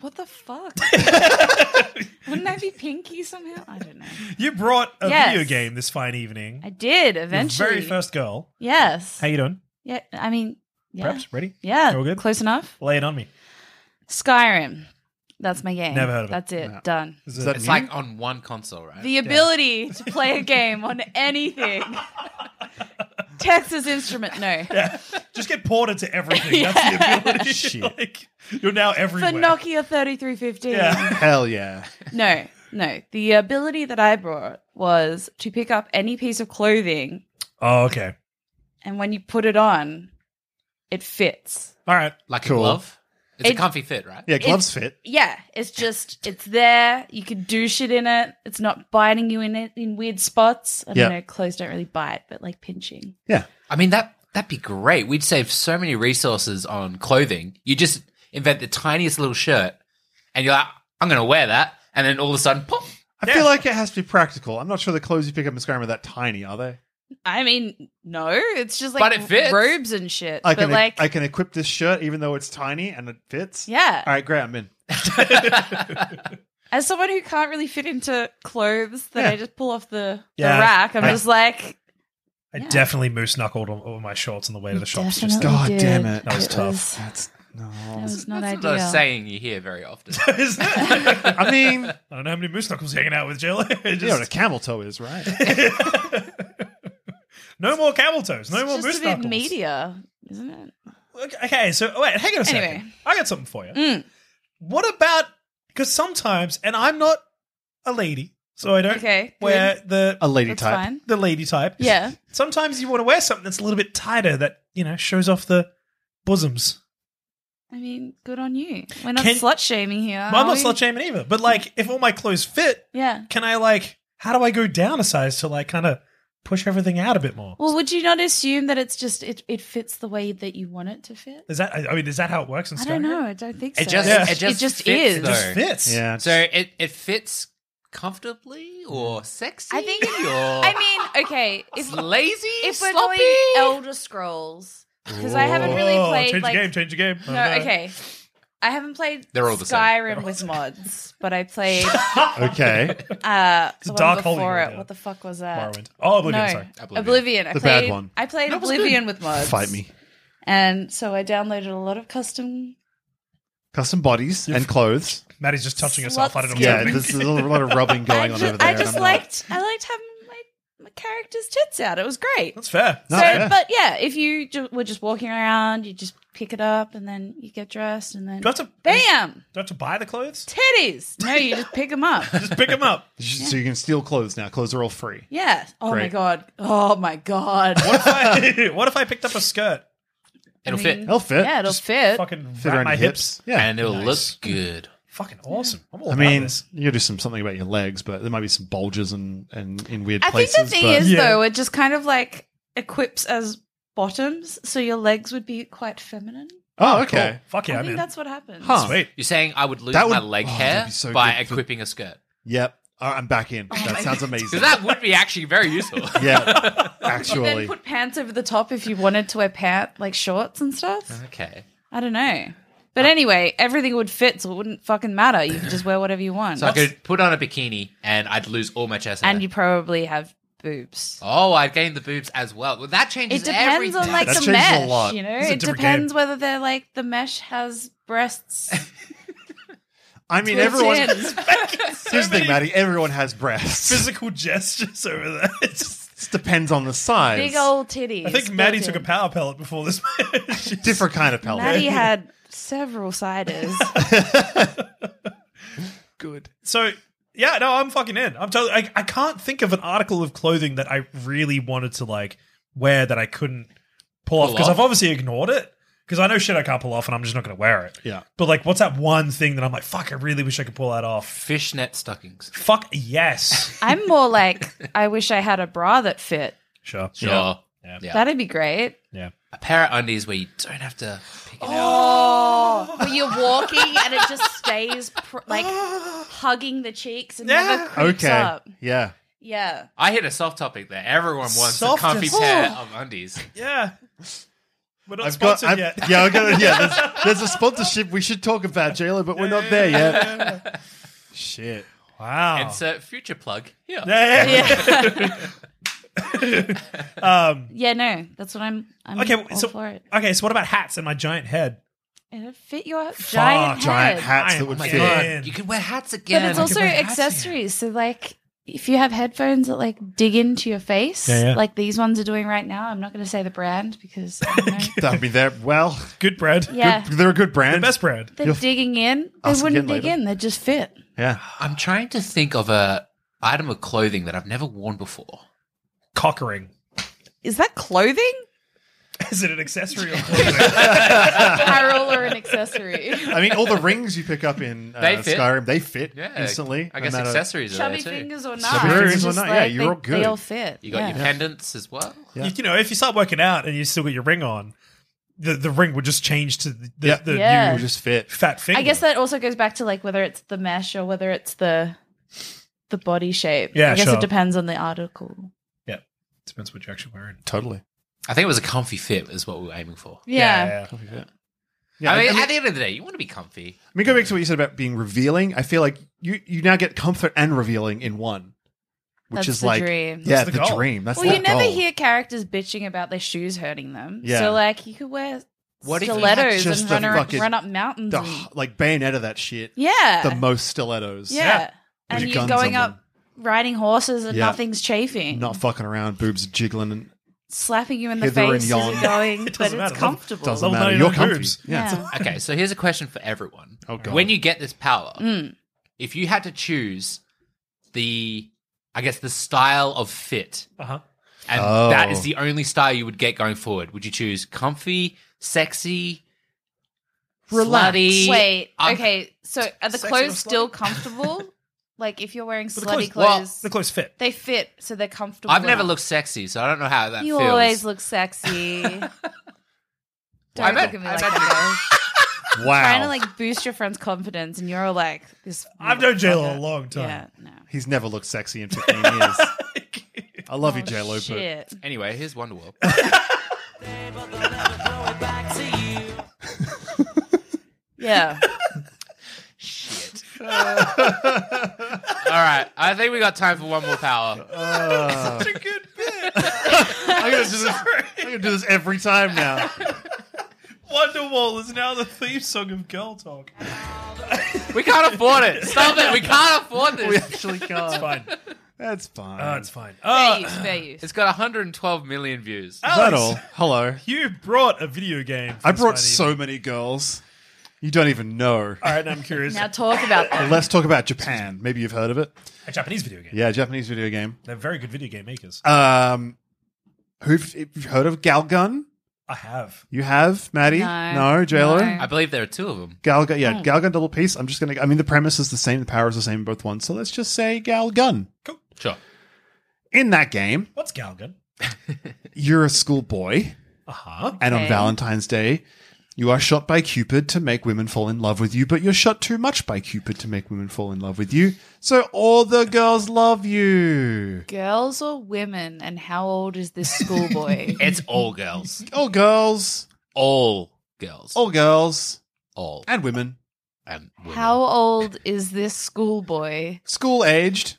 Speaker 3: What the
Speaker 1: *laughs*
Speaker 3: fuck? Wouldn't that be Pinky somehow? I don't know.
Speaker 1: You brought a
Speaker 3: Yes.
Speaker 1: video game this fine evening.
Speaker 3: I did
Speaker 1: Your
Speaker 3: eventually.
Speaker 1: very first girl.
Speaker 3: Yes.
Speaker 1: How you doing?
Speaker 3: Yeah. I mean. Yeah.
Speaker 1: Preps? Ready?
Speaker 3: Yeah.
Speaker 1: All good?
Speaker 3: Close enough.
Speaker 1: Lay it on me.
Speaker 3: Skyrim. That's my game.
Speaker 1: Never heard of it.
Speaker 3: That's it. Done.
Speaker 2: Is that
Speaker 4: It's
Speaker 2: new?
Speaker 4: like on one console, right?
Speaker 3: The ability to play a game on anything. Texas Instrument, no.
Speaker 1: Just get ported to
Speaker 3: *laughs*
Speaker 1: everything. That's the ability. *laughs* Like, you're now everywhere.
Speaker 3: For Nokia 3315.
Speaker 1: Yeah.
Speaker 2: Hell yeah.
Speaker 3: No, no. The ability that I brought was to pick up any piece of clothing,
Speaker 1: Oh, okay.
Speaker 3: and when you put it on, it fits.
Speaker 1: All right.
Speaker 4: like
Speaker 2: Cool.
Speaker 4: a glove. It's
Speaker 3: It-
Speaker 4: a comfy fit, right?
Speaker 2: Yeah, gloves fit.
Speaker 3: Yeah, it's just, it's there. You can do shit in it. It's not biting you in it in weird spots. I don't
Speaker 2: Yeah.
Speaker 3: know, clothes don't really bite, but like pinching.
Speaker 2: Yeah.
Speaker 4: I mean that that'd be great. We'd save so many resources on clothing. You just invent the tiniest little shirt, and you're like, I'm going to wear that, and then all of a sudden, pop.
Speaker 2: I
Speaker 1: Yeah.
Speaker 2: feel like it has to be practical. I'm not sure the clothes you pick up in Skyrim are that tiny, are they?
Speaker 3: I mean, no, it's just like
Speaker 4: But it fits.
Speaker 3: robes and shit.
Speaker 2: I
Speaker 3: but
Speaker 2: can e-,
Speaker 3: like,
Speaker 2: I can equip this shirt even though it's tiny and it fits.
Speaker 3: yeah,
Speaker 2: All right, great. I'm in.
Speaker 3: as someone who can't really fit into clothes that
Speaker 2: Yeah.
Speaker 3: I just pull off the,
Speaker 1: Yeah.
Speaker 3: the rack, I'm
Speaker 2: I-
Speaker 3: just like,
Speaker 1: I
Speaker 3: Yeah.
Speaker 1: definitely moose knuckled on over my shorts on the way to the shops. Just-
Speaker 3: Definitely
Speaker 2: God damn
Speaker 3: did.
Speaker 2: it.
Speaker 1: That was tough.
Speaker 3: Was, that
Speaker 2: That's no.
Speaker 3: was not
Speaker 4: That's
Speaker 3: ideal.
Speaker 4: not a saying you hear very
Speaker 3: *laughs*
Speaker 4: often.
Speaker 1: *laughs* Isn't it?
Speaker 2: *laughs* I mean, you
Speaker 1: I don't know how many moose knuckles you're hanging out with, Jill. *laughs* Just-
Speaker 2: know what a camel toe is, right?
Speaker 1: no more camel toes. No
Speaker 3: It's
Speaker 1: more
Speaker 3: just
Speaker 1: moose
Speaker 3: a bit
Speaker 1: knuckles.
Speaker 3: media, isn't it?
Speaker 1: Okay, so oh, wait, hang on a second.
Speaker 3: Anyway.
Speaker 1: I got something for you.
Speaker 3: Mm.
Speaker 1: What about because sometimes, and I'm not a lady, so I don't
Speaker 3: Okay,
Speaker 1: wear the
Speaker 2: A lady
Speaker 3: That's
Speaker 2: type.
Speaker 3: fine.
Speaker 1: the lady type.
Speaker 3: Yeah.
Speaker 1: Sometimes you want to wear something that's a little bit tighter that you know shows off the bosoms.
Speaker 3: I mean, good on you. We're not
Speaker 1: Can-
Speaker 3: slut shaming here.
Speaker 1: Well, I'm not
Speaker 3: are we?
Speaker 1: slut shaming either, but like if all my clothes fit,
Speaker 3: Oh. Yeah.
Speaker 1: can I like how do I go down a size to like kind of push everything out a bit more?
Speaker 3: Well, would you not assume that it's just it, it fits the way that you want it to fit?
Speaker 1: Is that I I mean is that how it works? In
Speaker 3: I don't
Speaker 1: Skyrim?
Speaker 3: know. I don't think so.
Speaker 4: It just,
Speaker 1: Yeah.
Speaker 4: it just, fits,
Speaker 3: is.
Speaker 1: It just
Speaker 4: though.
Speaker 1: fits.
Speaker 2: Yeah.
Speaker 4: So it, it fits comfortably or sexy.
Speaker 3: I think.
Speaker 4: Or
Speaker 3: *laughs* I mean, okay. If
Speaker 4: it's lazy,
Speaker 3: if we're
Speaker 4: sloppy.
Speaker 3: going Elder Scrolls, because I haven't really
Speaker 1: Oh,
Speaker 3: played
Speaker 1: change
Speaker 3: like
Speaker 1: the game. Change the game. Oh,
Speaker 3: no, okay. I haven't played
Speaker 4: They're all the same.
Speaker 3: Skyrim with mods, but
Speaker 1: *laughs*
Speaker 3: I played
Speaker 2: Okay.
Speaker 3: uh
Speaker 1: a
Speaker 3: the
Speaker 1: dark
Speaker 3: one
Speaker 1: hole you
Speaker 3: before
Speaker 1: went
Speaker 3: it.
Speaker 1: down.
Speaker 3: What the fuck was that?
Speaker 1: Morrowind. Oh, Oblivion.
Speaker 3: no,
Speaker 1: Sorry.
Speaker 4: Oblivion.
Speaker 3: Oblivion. I
Speaker 2: The bad
Speaker 3: played,
Speaker 2: one.
Speaker 3: I played
Speaker 1: That was
Speaker 3: Oblivion with mods.
Speaker 2: Fight me.
Speaker 3: And so I downloaded a lot of custom.
Speaker 2: Custom bodies and clothes.
Speaker 1: Maddie's just touching herself. I don't know.
Speaker 3: Slut
Speaker 1: what's
Speaker 2: Yeah,
Speaker 1: happening.
Speaker 2: there's a lot of rubbing going
Speaker 3: *laughs* I
Speaker 2: on
Speaker 3: ju-
Speaker 2: over there.
Speaker 3: I
Speaker 2: and
Speaker 3: just
Speaker 2: I'm not-
Speaker 3: liked. I liked having my my character's tits out. It was great.
Speaker 1: That's fair.
Speaker 3: So,
Speaker 2: No, yeah.
Speaker 3: but yeah, if you ju- were just walking around, you just pick it up and then you get dressed and then
Speaker 1: Do I have to-
Speaker 3: bam,
Speaker 1: Do I have to buy the clothes?
Speaker 3: titties. No, you just pick them up.
Speaker 1: Just pick them up.
Speaker 2: So you can steal clothes now. Clothes are all free.
Speaker 3: Yeah. Oh my
Speaker 2: Great.
Speaker 3: god. Oh my god.
Speaker 1: What if I *laughs* what if I picked up a skirt?
Speaker 4: It'll fit.
Speaker 2: They'll fit.
Speaker 3: Yeah, it'll fit.
Speaker 1: Fucking
Speaker 2: fit
Speaker 1: wrap
Speaker 2: around
Speaker 1: my
Speaker 2: your
Speaker 1: hips.
Speaker 2: hips. Yeah.
Speaker 4: And it'll
Speaker 1: Nice.
Speaker 4: look good.
Speaker 1: Fucking awesome. I'm all
Speaker 2: I
Speaker 1: about
Speaker 2: mean,
Speaker 1: this.
Speaker 2: you gotta do some something about your legs, but there might be some bulges and and in weird
Speaker 3: I
Speaker 2: places.
Speaker 3: think the thing
Speaker 2: but
Speaker 3: is
Speaker 1: Yeah.
Speaker 3: though, it just kind of like equips as bottoms, so your legs would be quite feminine.
Speaker 2: oh, okay.
Speaker 1: Cool. Fuck yeah,
Speaker 3: I
Speaker 1: I'm
Speaker 3: think
Speaker 1: in.
Speaker 3: that's what happens.
Speaker 2: Huh.
Speaker 1: Sweet.
Speaker 4: You're saying I would lose
Speaker 2: That
Speaker 4: my
Speaker 2: would-
Speaker 4: leg
Speaker 2: oh, that'd
Speaker 4: hair
Speaker 2: be so
Speaker 4: by
Speaker 2: good for-
Speaker 4: equipping a skirt.
Speaker 2: Yep. All right, I'm back
Speaker 3: Oh
Speaker 2: in. that sounds amazing.
Speaker 4: Because that would be actually very useful.
Speaker 2: yeah,
Speaker 3: Then
Speaker 2: actually,
Speaker 3: put pants over the top if you wanted to wear pant like shorts and stuff.
Speaker 4: okay.
Speaker 3: I don't know. But anyway, everything would fit, so it wouldn't fucking matter. You could just wear whatever you want.
Speaker 4: So I could put on a bikini and I'd lose all my chest hair.
Speaker 3: and you probably have boobs.
Speaker 4: Oh, I'd gain the boobs as well. Well, that changes
Speaker 3: It depends
Speaker 4: everything.
Speaker 3: on like
Speaker 2: That
Speaker 3: the
Speaker 2: changes a
Speaker 3: mesh,
Speaker 2: lot.
Speaker 3: you know.
Speaker 1: It's a
Speaker 3: It
Speaker 1: different
Speaker 3: depends whether they're like the mesh has
Speaker 2: *laughs*
Speaker 3: breasts.
Speaker 2: I mean,
Speaker 3: built
Speaker 2: everyone. *laughs*
Speaker 3: in.
Speaker 2: Here's the thing, Maddie. Everyone has breasts. It
Speaker 1: Physical gestures over there. *laughs* It's just-
Speaker 2: just depends on the size.
Speaker 3: big old titties.
Speaker 1: I think Maddie took a power pellet before this. She's-
Speaker 2: different kind of pellet.
Speaker 1: *laughs*
Speaker 3: Maddie had several ciders.
Speaker 2: Good.
Speaker 1: *laughs* so Yeah, no, I'm fucking in. I'm totally. I, I can't think of an article of clothing that I really wanted to like wear that I couldn't pull off
Speaker 4: Pull
Speaker 1: because
Speaker 4: off?
Speaker 1: I've obviously ignored it because I know shit I can't pull off and I'm just not going to wear it.
Speaker 2: Yeah.
Speaker 1: But like, what's that one thing that I'm like, fuck? I really wish I could pull that off.
Speaker 4: Fishnet stockings.
Speaker 1: Fuck
Speaker 2: *laughs*
Speaker 1: yes.
Speaker 3: I'm more like, I wish I had a bra that fit.
Speaker 1: sure.
Speaker 4: Sure.
Speaker 1: Yeah.
Speaker 4: Yeah.
Speaker 3: That'd be great.
Speaker 1: Yeah.
Speaker 4: A pair of undies where you don't have to pick it
Speaker 3: Oh, where you're walking and it just stays *gasps* pr- like hugging the cheeks and never creeps
Speaker 2: Okay.
Speaker 3: up.
Speaker 2: Yeah.
Speaker 3: Yeah.
Speaker 4: out. I hit a soft topic there. Everyone wants
Speaker 1: Soft
Speaker 4: a comfy
Speaker 1: is-
Speaker 4: pair
Speaker 3: Oh.
Speaker 4: of undies.
Speaker 1: Yeah. We're not
Speaker 2: I've got,
Speaker 1: sponsored
Speaker 2: I've,
Speaker 1: yet.
Speaker 2: *laughs* yeah, I've got, yeah. *laughs* There's, there's a sponsorship we should talk about, Jailer, but we're not there yet. Shit.
Speaker 1: Wow.
Speaker 4: Insert future plug here.
Speaker 1: yeah, yeah. *laughs*
Speaker 3: Yeah, no, that's what I'm.
Speaker 1: Um,
Speaker 3: I'm
Speaker 1: Okay,
Speaker 3: Mm, all
Speaker 1: so
Speaker 3: for it.
Speaker 1: okay, so what about hats and my giant head?
Speaker 3: It'll fit your giant,
Speaker 2: Giant
Speaker 3: head.
Speaker 2: hats
Speaker 1: I
Speaker 2: that
Speaker 1: am
Speaker 2: would
Speaker 4: Oh my
Speaker 2: fit.
Speaker 1: God.
Speaker 4: god. You can wear hats again.
Speaker 3: But it's
Speaker 4: I
Speaker 3: also
Speaker 4: could wear hats again.
Speaker 3: accessories. So like, if you have headphones that like dig into your face,
Speaker 1: Yeah, yeah.
Speaker 3: like these ones are doing right now, I'm not going to say the brand because I
Speaker 1: *laughs*
Speaker 3: don't know.
Speaker 2: I mean, they're well,
Speaker 1: Good bread.
Speaker 3: yeah,
Speaker 2: they're a good brand.
Speaker 1: The best bread.
Speaker 3: they're
Speaker 2: You'll-
Speaker 3: digging in. They
Speaker 2: Ask
Speaker 3: wouldn't
Speaker 2: again
Speaker 3: dig
Speaker 2: later.
Speaker 3: in. They would just fit.
Speaker 2: Yeah,
Speaker 4: I'm trying to think of a item of clothing that I've never worn before.
Speaker 1: Cockering.
Speaker 3: Is
Speaker 2: *laughs*
Speaker 3: that clothing,
Speaker 1: *laughs* Is it an
Speaker 3: *laughs*
Speaker 1: accessory or clothing?
Speaker 3: apparel, or
Speaker 2: *laughs*
Speaker 3: an accessory?
Speaker 2: I mean, all the rings you pick up in uh,
Speaker 4: They fit.
Speaker 2: Skyrim, they fit
Speaker 4: Yeah,
Speaker 2: instantly.
Speaker 4: I
Speaker 2: no
Speaker 4: guess
Speaker 2: matter-
Speaker 4: accessories are there
Speaker 3: Chubby
Speaker 4: too.
Speaker 3: fingers or not?
Speaker 2: Chubby fingers
Speaker 3: it's
Speaker 2: or
Speaker 3: just
Speaker 2: not, yeah, you're
Speaker 3: they,
Speaker 2: all good.
Speaker 3: They all fit.
Speaker 4: You got
Speaker 3: yeah.
Speaker 4: your pendants as well.
Speaker 2: Yeah.
Speaker 1: you, you know, if you start working out and you still got your ring on, the, the ring would just change to the, the,
Speaker 2: Yeah.
Speaker 1: the
Speaker 3: Yeah.
Speaker 2: You
Speaker 1: new
Speaker 2: just fit.
Speaker 1: fat finger.
Speaker 3: I guess that also goes back to like whether it's the mesh or whether it's the the body shape.
Speaker 1: Yeah,
Speaker 3: I guess
Speaker 1: sure.
Speaker 3: it depends on the article.
Speaker 1: yeah. Depends what you're actually wearing.
Speaker 2: Totally.
Speaker 4: I think it was a comfy fit is what we were aiming for.
Speaker 3: Yeah.
Speaker 2: Yeah,
Speaker 4: I, mean,
Speaker 2: I mean,
Speaker 4: at the end of the day, you want to be comfy.
Speaker 2: I mean, go back to what you said about being revealing. I feel like you you now get comfort and revealing in one, which
Speaker 3: That's
Speaker 2: is
Speaker 3: the
Speaker 2: like
Speaker 3: dream.
Speaker 2: yeah,
Speaker 1: That's the
Speaker 2: the,
Speaker 1: goal.
Speaker 2: dream. That's
Speaker 3: Well, you
Speaker 2: the
Speaker 3: never
Speaker 2: goal.
Speaker 3: hear characters bitching about their shoes hurting them.
Speaker 2: Yeah.
Speaker 3: So like you could wear
Speaker 4: What if you had
Speaker 3: stilettos
Speaker 2: just
Speaker 3: and
Speaker 2: the
Speaker 3: run, ar-
Speaker 2: fucking-
Speaker 3: run up mountains.
Speaker 2: the,
Speaker 3: and-
Speaker 2: like bayonet of that shit.
Speaker 3: yeah.
Speaker 2: The most stilettos.
Speaker 3: yeah.
Speaker 1: Yeah.
Speaker 3: And
Speaker 2: your
Speaker 3: you're
Speaker 2: guns
Speaker 3: going
Speaker 2: on
Speaker 3: up riding horses and
Speaker 2: Yeah.
Speaker 3: nothing's chafing.
Speaker 2: Not fucking around, boobs jiggling, and
Speaker 3: slapping you in the
Speaker 2: hither and
Speaker 3: face as
Speaker 2: yon.
Speaker 3: you're going,
Speaker 1: It doesn't
Speaker 3: but
Speaker 1: matter.
Speaker 3: it's comfortable.
Speaker 1: Level
Speaker 2: doesn't matter.
Speaker 1: 99
Speaker 2: You're comfy.
Speaker 1: boobs.
Speaker 2: Yeah.
Speaker 3: Yeah.
Speaker 4: Okay, so here's a question for everyone.
Speaker 2: Oh, God.
Speaker 4: When you get this power,
Speaker 3: Mm.
Speaker 4: if you had to choose the, I guess, the style of fit,
Speaker 1: Uh-huh.
Speaker 4: and
Speaker 2: Oh.
Speaker 4: that is the only style you would get going forward, would you choose comfy, sexy, *laughs*
Speaker 2: Relaxed.
Speaker 4: slutty?
Speaker 3: Wait,
Speaker 4: Um,
Speaker 3: okay. So are the
Speaker 1: Sexy
Speaker 3: clothes
Speaker 1: or
Speaker 3: still
Speaker 1: slutty?
Speaker 3: comfortable? like if you're wearing
Speaker 1: But the
Speaker 3: slutty
Speaker 1: clothes- well,
Speaker 3: clothes,
Speaker 1: The clothes fit.
Speaker 3: they fit, so they're comfortable.
Speaker 4: I've never
Speaker 3: enough.
Speaker 4: looked sexy, so I don't know how that
Speaker 3: You
Speaker 4: feels.
Speaker 3: always look sexy. Don't
Speaker 4: I bet-
Speaker 3: look at me
Speaker 4: I
Speaker 3: like
Speaker 4: bet-
Speaker 3: that. guys.
Speaker 2: wow,
Speaker 3: Trying to like boost your friend's confidence, and you're all like, "This."
Speaker 1: I've known J-Lo
Speaker 3: motherfucker.
Speaker 1: a long time.
Speaker 3: Yeah, no.
Speaker 2: he's never looked sexy in fifteen
Speaker 1: *laughs*
Speaker 2: years. I love you, J Lo. But *laughs*
Speaker 3: Oh, Shit.
Speaker 4: *laughs* Anyway, here's Wonderworld.
Speaker 3: Yeah.
Speaker 4: All right, I think we got time for one more power.
Speaker 1: Such a good bit.
Speaker 2: I'm gonna do this. I'm gonna do this every time now.
Speaker 1: Wonderwall is now the theme song of Girl *laughs* Talk.
Speaker 4: We can't afford it. Stop it. We can't afford
Speaker 2: We
Speaker 4: this.
Speaker 1: *laughs*
Speaker 2: actually can't.
Speaker 1: Fine.
Speaker 2: That's fine.
Speaker 1: Oh, it's *laughs* fine.
Speaker 3: Fair
Speaker 1: Uh,
Speaker 2: *laughs*
Speaker 3: use. Fair use.
Speaker 4: It's got 112 million views.
Speaker 2: Is that
Speaker 1: Alex,
Speaker 2: all? Hello.
Speaker 1: You brought a video game. for
Speaker 2: I
Speaker 1: this
Speaker 2: brought
Speaker 1: fine
Speaker 2: so
Speaker 1: evening.
Speaker 2: many girls. You don't even know.
Speaker 1: All right, now I'm curious.
Speaker 3: Now talk about that.
Speaker 2: Let's talk about Japan. *laughs* Maybe you've heard of it.
Speaker 1: a Japanese video game.
Speaker 2: Yeah, Japanese video game.
Speaker 1: They're very good video game makers.
Speaker 2: Um, who've if you've heard of Galgun?
Speaker 1: I have.
Speaker 2: You have Maddie?
Speaker 3: No.
Speaker 2: J-Lo?
Speaker 3: No.
Speaker 4: I believe there are two of them.
Speaker 2: Galgun, yeah, Galgun double piece. I'm just gonna. I mean, the premise is the same. The power is the same in both ones. So let's just say Galgun.
Speaker 4: Sure.
Speaker 2: In that game,
Speaker 1: What's Galgun?
Speaker 2: you're a schoolboy,
Speaker 1: Uh huh.
Speaker 2: and on
Speaker 3: Okay.
Speaker 2: Valentine's Day, you are shot by Cupid to make women fall in love with you. But you're shot too much by Cupid to make women fall in love with you. So all the girls love you.
Speaker 3: Girls or women, and how old is
Speaker 2: *laughs*
Speaker 3: this schoolboy?
Speaker 4: It's all girls.
Speaker 2: All girls,
Speaker 4: All girls.
Speaker 2: all girls,
Speaker 4: All.
Speaker 2: and women,
Speaker 4: And women.
Speaker 3: how old is this schoolboy?
Speaker 2: school aged.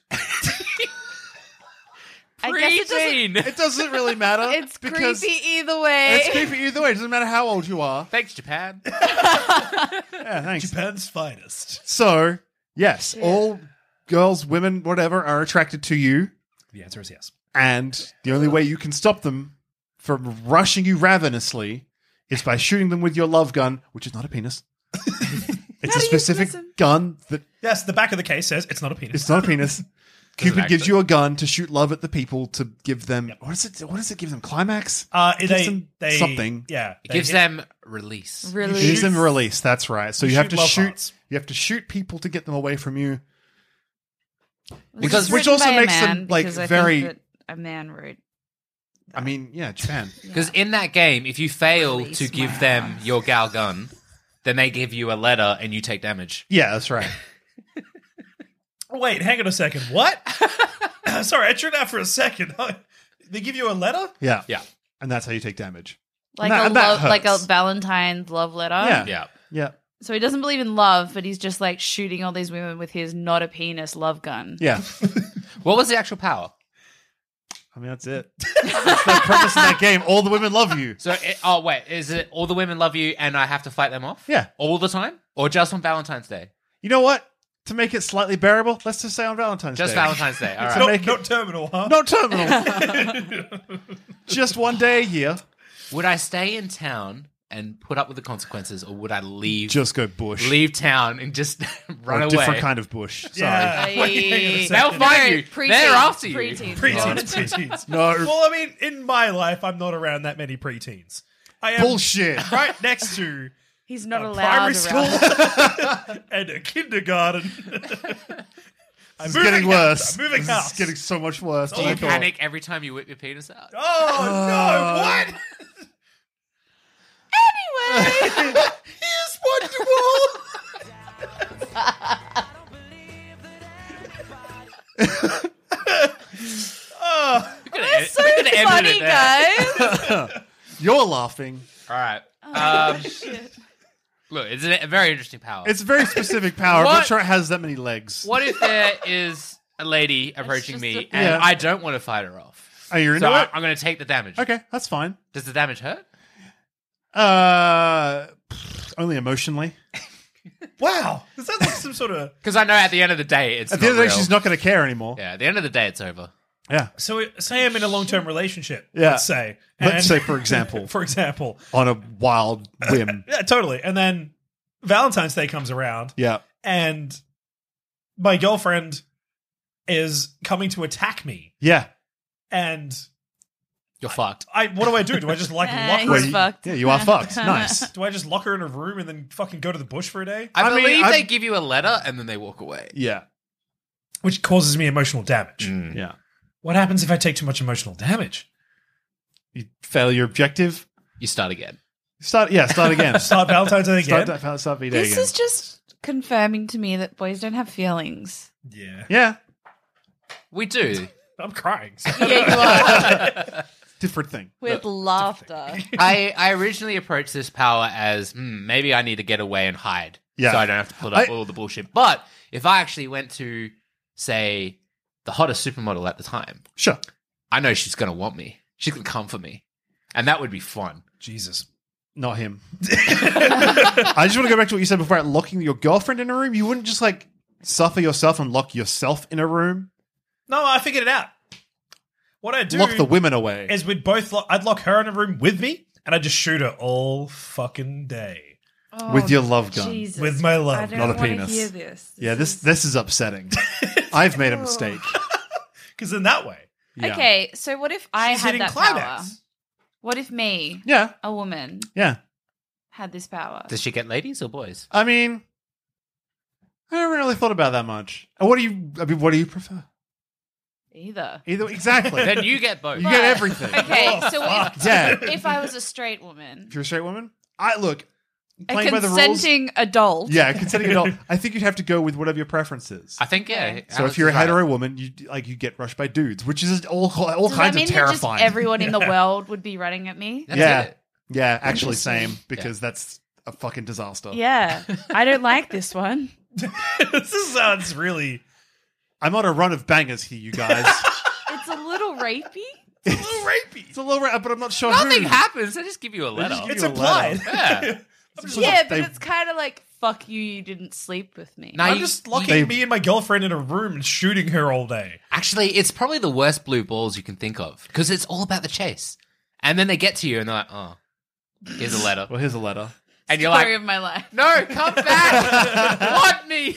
Speaker 3: I guess it doesn't.
Speaker 4: Preteen.
Speaker 2: It doesn't really matter.
Speaker 3: *laughs* It's
Speaker 2: because
Speaker 3: creepy either way.
Speaker 2: It's creepy either way. It doesn't matter how old you are.
Speaker 4: Thanks, Japan.
Speaker 2: *laughs* Yeah, thanks.
Speaker 1: Japan's finest.
Speaker 2: So, yes, all girls, women, whatever, are attracted to you.
Speaker 1: The answer is yes.
Speaker 2: And the only way you can stop them from
Speaker 3: *laughs*
Speaker 2: rushing you ravenously is by shooting them with your love gun, which is not a penis. It's a
Speaker 3: How do you
Speaker 2: specific
Speaker 3: listen?
Speaker 2: gun that
Speaker 1: Yes, the back of the case says it's not a penis.
Speaker 2: it's not a *laughs* penis. Cupid gives
Speaker 4: actually-
Speaker 2: you a gun to shoot love at the people to give them what is it? What does it give them? Climax?
Speaker 1: uh,
Speaker 2: It gives
Speaker 1: they,
Speaker 2: them
Speaker 1: they,
Speaker 2: something.
Speaker 1: Yeah,
Speaker 4: It
Speaker 1: they
Speaker 4: gives
Speaker 1: hit-
Speaker 4: them release.
Speaker 2: It
Speaker 3: Really?
Speaker 2: gives them release. That's right. So
Speaker 1: You
Speaker 2: you have
Speaker 1: shoot
Speaker 2: to
Speaker 1: love
Speaker 2: shoot.
Speaker 1: hearts.
Speaker 2: You have to shoot people to get them away from you.
Speaker 4: Because-
Speaker 3: It's
Speaker 2: which
Speaker 3: written
Speaker 2: also
Speaker 3: by a
Speaker 2: makes them,
Speaker 3: man,
Speaker 2: like,
Speaker 3: because I think
Speaker 2: very-
Speaker 3: that a man wrote.
Speaker 2: I mean, yeah, Japan.
Speaker 4: Because in that game, if you fail
Speaker 3: Release
Speaker 4: to
Speaker 3: my
Speaker 4: give them your gal gun, then they give you a letter and you take damage.
Speaker 2: yeah, that's right.
Speaker 1: Wait, hang on a second. What? *laughs* Sorry, I tripped out for a second. *laughs* they give you a letter.
Speaker 2: Yeah,
Speaker 4: Yeah.
Speaker 2: And that's how you take damage.
Speaker 3: Like
Speaker 2: Nah,
Speaker 3: a
Speaker 2: that
Speaker 3: love, like a
Speaker 2: hurts.
Speaker 3: Valentine's love letter.
Speaker 2: Yeah.
Speaker 4: Yeah.
Speaker 2: Yeah,
Speaker 3: So he doesn't believe in love, but he's just like shooting all these women with his not a penis love gun.
Speaker 2: yeah.
Speaker 4: What was the actual power?
Speaker 2: I mean, that's it. *laughs* that's the premise of that game. All the women love you.
Speaker 4: So, it, oh, wait, is it all the women love you and I have to fight them off?
Speaker 2: Yeah.
Speaker 4: All the time? Or just on Valentine's Day?
Speaker 2: You know what? To make it slightly bearable, let's just say on Valentine's
Speaker 4: Just
Speaker 2: Day.
Speaker 4: Valentine's Day. All
Speaker 2: So
Speaker 4: right.
Speaker 2: make
Speaker 1: Not,
Speaker 2: it-
Speaker 1: not terminal, huh?
Speaker 2: *laughs* No terminal. just one day a year.
Speaker 4: Would I stay in town and put up with the consequences or would I leave?
Speaker 2: Just go bush.
Speaker 4: Leave town and just *laughs*
Speaker 2: Or
Speaker 4: run
Speaker 2: a
Speaker 4: away.
Speaker 2: different kind of bush.
Speaker 1: *laughs*
Speaker 2: Sorry.
Speaker 1: Yeah. Wait, hang on a
Speaker 3: Hey.
Speaker 1: second.
Speaker 4: They'll find you.
Speaker 3: Pre-teens,
Speaker 4: They're after you.
Speaker 3: pre-teens.
Speaker 1: Preteens, preteens.
Speaker 2: No.
Speaker 1: Well, I mean, in my life, I'm not around that many preteens. I am *laughs*
Speaker 2: Bullshit.
Speaker 1: right next to
Speaker 3: He's not
Speaker 2: uh,
Speaker 1: a primary
Speaker 3: allowed around. *laughs*
Speaker 1: school and a kindergarten. *laughs* I'm
Speaker 2: It's
Speaker 1: moving
Speaker 2: getting
Speaker 1: house.
Speaker 2: worse.
Speaker 1: I'm moving
Speaker 2: This
Speaker 1: house.
Speaker 2: is getting so much worse.
Speaker 4: Do
Speaker 2: than I
Speaker 4: you
Speaker 2: thought.
Speaker 4: panic every time you whip your penis out?
Speaker 2: Uh.
Speaker 1: Oh no! What? *laughs*
Speaker 4: Here's Wonderwall.
Speaker 2: *laughs*
Speaker 3: That's so funny, guys.
Speaker 2: You're laughing.
Speaker 4: All right.
Speaker 3: Oh, *laughs*
Speaker 4: Um, look, it's a a very interesting power.
Speaker 2: It's a
Speaker 4: *laughs*
Speaker 2: very specific power. I'm
Speaker 4: What?
Speaker 2: not sure it has that many legs.
Speaker 4: what if there is a
Speaker 3: *laughs*
Speaker 4: lady approaching
Speaker 3: just
Speaker 4: me
Speaker 3: a-
Speaker 4: and
Speaker 2: Yeah.
Speaker 4: I don't want to fight her off?
Speaker 2: Are you Oh, into
Speaker 4: So I,
Speaker 2: it?
Speaker 4: I'm going to take the damage.
Speaker 2: okay, that's fine.
Speaker 4: Does the damage hurt?
Speaker 2: Uh, pfft, only emotionally.
Speaker 1: Wow! Is that like some sort of
Speaker 4: Because I know at the end of the day, it's
Speaker 2: At the end of the day,
Speaker 4: real.
Speaker 2: she's not going to care anymore.
Speaker 4: Yeah, at the end of the day, it's over.
Speaker 2: Yeah.
Speaker 1: so? Say I'm in a long-term relationship.
Speaker 2: Yeah.
Speaker 1: Let's say.
Speaker 2: Let's say, for
Speaker 4: *laughs*
Speaker 1: *laughs*
Speaker 2: example,
Speaker 1: for example.
Speaker 2: on a wild whim.
Speaker 1: Yeah, totally. And then Valentine's Day comes around,
Speaker 2: Yeah.
Speaker 1: and my girlfriend is coming to attack me,
Speaker 2: Yeah.
Speaker 1: and
Speaker 4: You're fucked.
Speaker 1: I what do I do? Do I just like
Speaker 3: Nah,
Speaker 1: lock
Speaker 3: he's
Speaker 1: her?
Speaker 2: Well, you-
Speaker 3: fucked.
Speaker 2: Yeah, you are
Speaker 3: *laughs*
Speaker 2: fucked. Nice.
Speaker 1: Do I just lock her in a room and then fucking go to the bush for a day?
Speaker 4: I,
Speaker 2: I mean,
Speaker 4: believe they
Speaker 2: I'm-
Speaker 4: give you a letter and then they walk away.
Speaker 2: Yeah.
Speaker 1: Which causes me emotional damage.
Speaker 4: Hmm.
Speaker 2: Yeah.
Speaker 1: What happens if I take too much emotional damage?
Speaker 2: You fail your objective.
Speaker 4: You start again.
Speaker 2: Start. Yeah. Start again.
Speaker 4: *laughs*
Speaker 1: Start Valentine's Day again.
Speaker 2: *laughs* Start that. Start VD
Speaker 3: This
Speaker 2: again.
Speaker 3: is just confirming to me that boys don't have feelings.
Speaker 2: *laughs*
Speaker 1: yeah,
Speaker 2: yeah.
Speaker 4: We do.
Speaker 1: I'm crying. so-
Speaker 3: Yeah, you are.
Speaker 2: Different thing. *laughs*
Speaker 3: With laughter.
Speaker 4: I, I originally approached this power as hmm, maybe I need to get away and hide,
Speaker 2: Yeah.
Speaker 4: so I don't have to put up
Speaker 2: I-
Speaker 4: all the bullshit. But if I actually went to say the hottest supermodel at the time,
Speaker 2: Sure.
Speaker 4: I know she's gonna want me. She's gonna come for me, and that would be fun.
Speaker 1: Jesus.
Speaker 2: Not him. I just want to go back to what you said before about locking your girlfriend in a room. You wouldn't just like suffer yourself and lock yourself in a room.
Speaker 1: No, I figured it out. What I do
Speaker 2: lock the women away.
Speaker 1: is we'd both lock, I'd lock her in a room with me, and I'd just shoot her all fucking day.
Speaker 2: With your love gun.
Speaker 3: Oh, Jesus.
Speaker 1: With my love,
Speaker 3: I don't
Speaker 2: not a
Speaker 3: wanna
Speaker 2: penis.
Speaker 3: Hear this.
Speaker 2: Yeah, this this is upsetting. I've made a mistake.
Speaker 1: Because in that way,
Speaker 2: Yeah.
Speaker 3: Okay, so what if I
Speaker 1: she's
Speaker 3: had
Speaker 1: hitting
Speaker 3: that
Speaker 1: climax. *laughs*
Speaker 3: power? What if me,
Speaker 2: Yeah.
Speaker 3: a woman,
Speaker 2: Yeah.
Speaker 3: had this power?
Speaker 4: Does she get ladies or boys?
Speaker 2: I mean, I never really thought about that much. And What do you? I mean, what do you prefer? *laughs*
Speaker 3: Either.
Speaker 2: Either exactly.
Speaker 4: then you get both.
Speaker 2: *laughs* You get everything.
Speaker 3: Okay, so if,
Speaker 2: Yeah.
Speaker 3: if I was a straight woman,
Speaker 2: If you're a straight woman, I look
Speaker 3: a
Speaker 2: playing by the rules.
Speaker 3: consenting adult,
Speaker 2: Yeah, a consenting adult. I think you'd have to go with whatever your preference is.
Speaker 4: I think yeah.
Speaker 2: So
Speaker 4: Alex
Speaker 2: if you're a
Speaker 4: is right.
Speaker 2: hetero woman, you like you get rushed by dudes, which is all all
Speaker 3: does
Speaker 2: kinds
Speaker 3: that mean
Speaker 2: of
Speaker 3: that just
Speaker 2: terrifying.
Speaker 3: everyone in the world would be running at me?
Speaker 4: That's
Speaker 2: yeah,
Speaker 4: it.
Speaker 2: yeah, actually, same because that's a fucking disaster.
Speaker 3: Yeah,
Speaker 2: *laughs*
Speaker 3: I don't like this one.
Speaker 1: this sounds really
Speaker 2: I'm on a run of bangers here, you guys.
Speaker 3: It's a little rapey.
Speaker 1: a
Speaker 2: *laughs*
Speaker 1: little rapey.
Speaker 2: it's a little, ra- but I'm not sure.
Speaker 4: Nothing
Speaker 2: who.
Speaker 4: happens. They just give you a letter.
Speaker 2: just give
Speaker 1: It's
Speaker 2: you a letter.
Speaker 1: implied.
Speaker 4: yeah.
Speaker 1: I'm just,
Speaker 3: Yeah, but
Speaker 2: they-
Speaker 3: it's kind of like fuck you. You didn't sleep with me.
Speaker 1: *laughs*
Speaker 4: No,
Speaker 1: I'm
Speaker 4: you-
Speaker 1: just locking
Speaker 2: They-
Speaker 1: me and my girlfriend in a room and shooting her all day.
Speaker 4: Actually, it's probably the worst blue balls you can think of because it's all about the chase. And then they get to you and they're like, oh, here's a letter.
Speaker 2: *sighs* Well, here's a letter.
Speaker 4: and you're
Speaker 3: Story
Speaker 4: like,
Speaker 3: of my life.
Speaker 4: no, come *laughs* back, want me.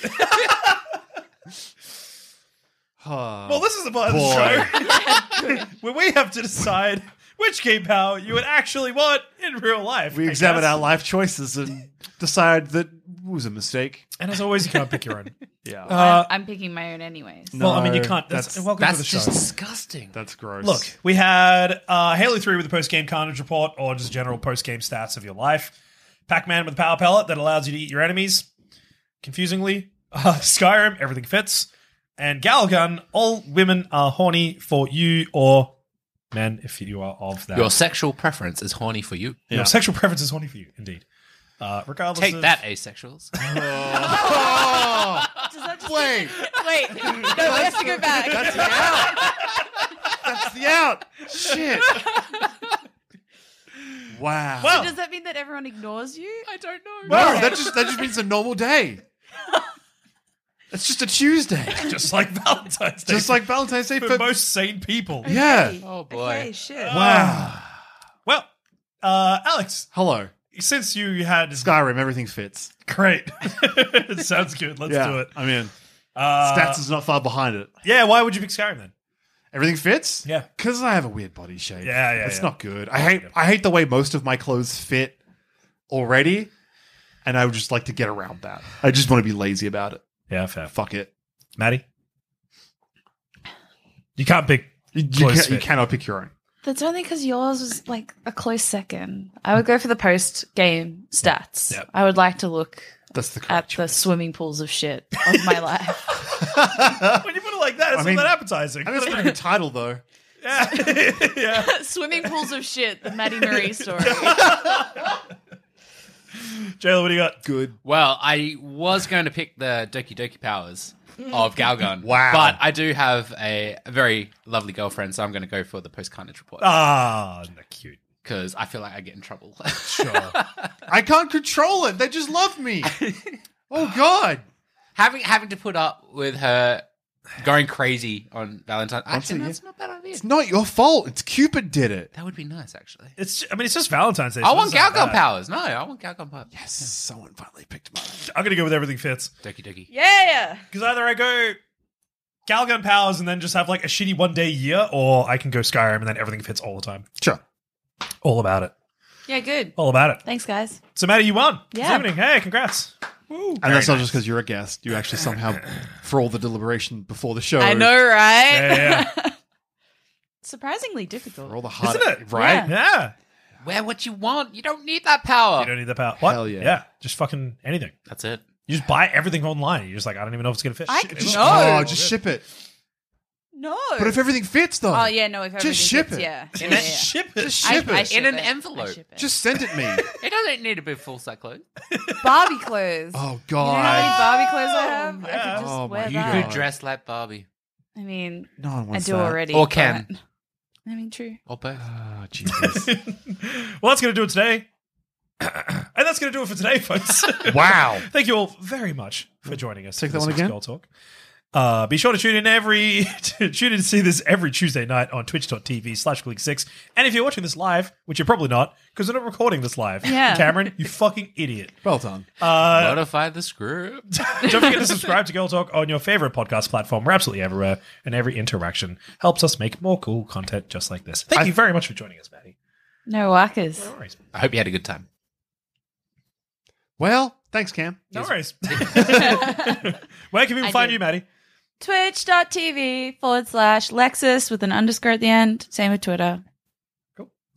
Speaker 1: Well, this is the part of the *laughs* show where we have to decide which game power you would actually want in real life.
Speaker 2: We
Speaker 1: I
Speaker 2: examine
Speaker 1: guess.
Speaker 2: our life choices and decide that was a mistake.
Speaker 1: And as always, you can't pick your own.
Speaker 2: Yeah.
Speaker 1: Uh,
Speaker 3: I'm picking my own anyways.
Speaker 1: *laughs* well, I mean, you
Speaker 2: No,
Speaker 1: can't. That's,
Speaker 2: that's-
Speaker 1: welcome to
Speaker 4: That's
Speaker 1: the show.
Speaker 4: just disgusting.
Speaker 2: That's gross. *laughs*
Speaker 1: Look, we had uh, Halo 3 with the post game carnage report or just general post game stats of your life. Pac Man with a power pellet that allows you to eat your enemies. Confusingly, *laughs* uh, Skyrim, everything fits. And Galgun, all women are horny for you or men if you are of that.
Speaker 4: Your sexual preference is horny for you.
Speaker 1: Your sexual preference is horny for you, indeed. Uh, regardless
Speaker 4: Take
Speaker 1: of-
Speaker 4: that, asexuals.
Speaker 3: Does that just-
Speaker 2: Wait, *laughs*
Speaker 3: wait, no, I have to go back.
Speaker 2: that's the out. That's the out. Shit. Wow.
Speaker 1: Well,
Speaker 3: Does that mean that everyone ignores you? I don't know.
Speaker 2: no, Oh, that just that just means a normal day. It's just a Tuesday,
Speaker 1: *laughs* just like Valentine's Day.
Speaker 2: just like Valentine's
Speaker 1: *laughs*
Speaker 2: Day
Speaker 1: for
Speaker 2: for
Speaker 1: most sane people.
Speaker 2: yeah.
Speaker 4: *laughs* Oh, boy.
Speaker 3: Okay, shit.
Speaker 2: Wow.
Speaker 1: Well, uh, Alex,
Speaker 2: Hello,
Speaker 1: since you had
Speaker 2: Skyrim. Everything fits.
Speaker 1: Great. *laughs* Sounds good. Let's
Speaker 2: yeah,
Speaker 1: do it.
Speaker 2: I mean,
Speaker 1: Uh,
Speaker 2: stats is not far behind it.
Speaker 1: yeah, why would you pick Skyrim then?
Speaker 2: Everything fits.
Speaker 1: Yeah.
Speaker 2: because I have a weird body shape.
Speaker 1: Yeah, yeah,
Speaker 2: It's
Speaker 1: yeah.
Speaker 2: not good. I hate. I hate the way most of my clothes fit already, and I would just like to get around that. I just want to be lazy about it.
Speaker 1: Yeah, fair.
Speaker 2: Fuck it.
Speaker 1: Maddie? You can't pick.
Speaker 2: You, you
Speaker 1: Clothes
Speaker 2: can't- you
Speaker 1: fit.
Speaker 2: cannot pick your own.
Speaker 3: That's only because yours was like a close second. I would go for the post game stats.
Speaker 1: Yep.
Speaker 3: I would like to look
Speaker 2: That's the correct.
Speaker 3: at the swimming pools of shit of my life.
Speaker 1: When you put it like that, it's
Speaker 2: I mean-
Speaker 1: not that appetizing.
Speaker 2: I mean, it's a pretty good title though.
Speaker 1: yeah. yeah.
Speaker 3: swimming pools of shit, the Maddie Marie story.
Speaker 1: Jayla, what do you got?
Speaker 2: Good.
Speaker 4: Well, I was going to pick the Doki Doki powers of
Speaker 1: *laughs*
Speaker 4: Galgun.
Speaker 2: Wow.
Speaker 4: But I do have a, a very lovely girlfriend, so I'm going to go for the post carnage report
Speaker 1: Ah, no, cute.
Speaker 4: because I feel like I get in trouble. *laughs*
Speaker 1: Sure.
Speaker 2: I can't control it. They just love *laughs* me. oh God.
Speaker 4: having having to put up with her going crazy on Valentine's.
Speaker 2: Once
Speaker 4: Actually,
Speaker 2: a
Speaker 4: that's not a bad idea.
Speaker 2: It's not your fault. It's Cupid did it.
Speaker 4: That would be nice, actually.
Speaker 1: it's. ju- I mean, it's just Valentine's Day.
Speaker 4: I
Speaker 1: so
Speaker 4: want
Speaker 1: it's not
Speaker 4: Galgun
Speaker 1: bad.
Speaker 4: powers. No, I want Galgun powers.
Speaker 2: Yes. Someone finally picked mine.
Speaker 1: I'm gonna go with everything fits
Speaker 4: Doki Doki.
Speaker 3: yeah.
Speaker 1: because either I go Galgun powers and then just have like a shitty one day year, or I can go Skyrim and then everything fits all the time.
Speaker 2: Sure.
Speaker 1: All about it.
Speaker 3: Yeah, good.
Speaker 1: All about it.
Speaker 3: Thanks, guys.
Speaker 1: So, Maddie, you won. this
Speaker 3: Yeah.
Speaker 1: evening. Hey, congrats. Woo.
Speaker 2: And that's not just because you're a guest. You actually *laughs* somehow, for all the deliberation before the show,
Speaker 3: I know, right?
Speaker 1: Yeah, yeah, yeah.
Speaker 3: Surprisingly
Speaker 2: for
Speaker 3: difficult.
Speaker 2: all the *laughs* hard,
Speaker 1: Isn't it?
Speaker 2: right?
Speaker 3: Yeah.
Speaker 1: Yeah.
Speaker 4: Wear what you want. You don't need that power.
Speaker 1: You don't need the power. What?
Speaker 2: Hell yeah.
Speaker 1: Just fucking anything.
Speaker 4: That's it.
Speaker 1: You just buy everything online. You're just like, I don't even know if it's gonna fit. *laughs*
Speaker 3: I-
Speaker 1: Shit, it
Speaker 2: Just,
Speaker 1: is.
Speaker 3: No.
Speaker 2: Oh, just ship it.
Speaker 3: No.
Speaker 2: But if everything fits, though,
Speaker 3: oh, yeah, no. If everything
Speaker 2: ship
Speaker 3: fits,
Speaker 2: it.
Speaker 3: Yeah.
Speaker 1: Just
Speaker 3: Yeah, yeah, yeah.
Speaker 1: ship it.
Speaker 2: just
Speaker 3: I-
Speaker 2: ship
Speaker 3: I
Speaker 2: it.
Speaker 3: ship
Speaker 4: In an
Speaker 3: it. I
Speaker 4: envelope.
Speaker 3: ship it.
Speaker 2: just send
Speaker 3: *laughs*
Speaker 2: it me.
Speaker 4: It doesn't need to be full set clothes.
Speaker 3: Barbie clothes.
Speaker 2: oh
Speaker 3: You know how many
Speaker 2: God,
Speaker 3: Barbie clothes I have? I
Speaker 1: yeah.
Speaker 3: could just
Speaker 2: Oh,
Speaker 3: wear
Speaker 2: my
Speaker 4: You
Speaker 3: that.
Speaker 4: could dress like Barbie
Speaker 3: I mean,
Speaker 2: no one
Speaker 3: I
Speaker 2: wants
Speaker 3: do
Speaker 2: that.
Speaker 3: already.
Speaker 4: Or can.
Speaker 3: but- I mean, true.
Speaker 4: or both.
Speaker 2: Oh, Jesus.
Speaker 4: *laughs*
Speaker 1: well, that's gonna do it today. *coughs* and that's gonna do it for today,
Speaker 3: *laughs*
Speaker 1: folks.
Speaker 2: wow.
Speaker 1: Thank you all very much for joining us.
Speaker 2: Mm. Take
Speaker 1: for
Speaker 2: that
Speaker 1: this
Speaker 2: one
Speaker 1: week's
Speaker 2: again.
Speaker 1: Girl Talk. Uh, be sure to tune in every *laughs* to tune in to see this every Tuesday night on twitch.tv slash click six. And if you're watching this live, which you're probably not, because we're not recording this live, *laughs*
Speaker 3: Yeah.
Speaker 1: Cameron, you fucking idiot.
Speaker 2: Well done.
Speaker 4: Modify the script.
Speaker 1: Don't forget to subscribe to Girl Talk on your favorite podcast platform. We're absolutely everywhere, and every interaction helps us make more cool content just like this. Thank you very much for joining us, Maddie.
Speaker 3: No whackers.
Speaker 1: No worries.
Speaker 4: I hope you had a good time.
Speaker 2: Well, thanks, Cam.
Speaker 1: No worries. *laughs* Where can people
Speaker 3: I
Speaker 1: find
Speaker 3: did.
Speaker 1: you, Maddie?
Speaker 3: Twitch.tv forward slash Lexus with an underscore at the end. Same with Twitter.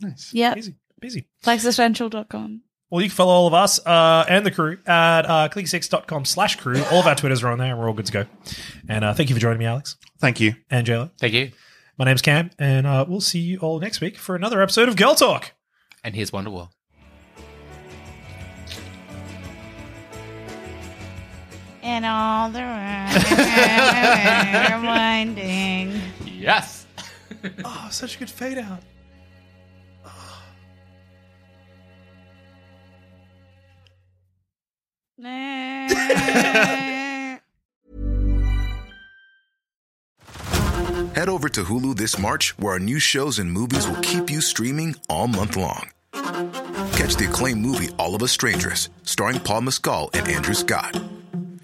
Speaker 2: Nice.
Speaker 3: Yeah.
Speaker 1: Easy. Easy.
Speaker 3: LexusEssential.com.
Speaker 1: Well, you can follow all of us uh, and the crew at uh, click6.com slash crew. All of our Twitters are on there, and we're all good to go. And uh, thank you for joining me, Alex
Speaker 2: Thank you.
Speaker 1: and Jayla.
Speaker 4: Thank you.
Speaker 1: My name's Cam, and uh, we'll see you all next week for another episode of Girl Talk.
Speaker 4: And here's Wonderwall.
Speaker 3: And all the round winding.
Speaker 4: Yes.
Speaker 1: Oh, such a good fade out.
Speaker 6: Head over to Hulu this March, where our new shows and movies will keep you streaming all month long. Catch the acclaimed movie All of Us Strangers, starring Paul Mescal and Andrew Scott.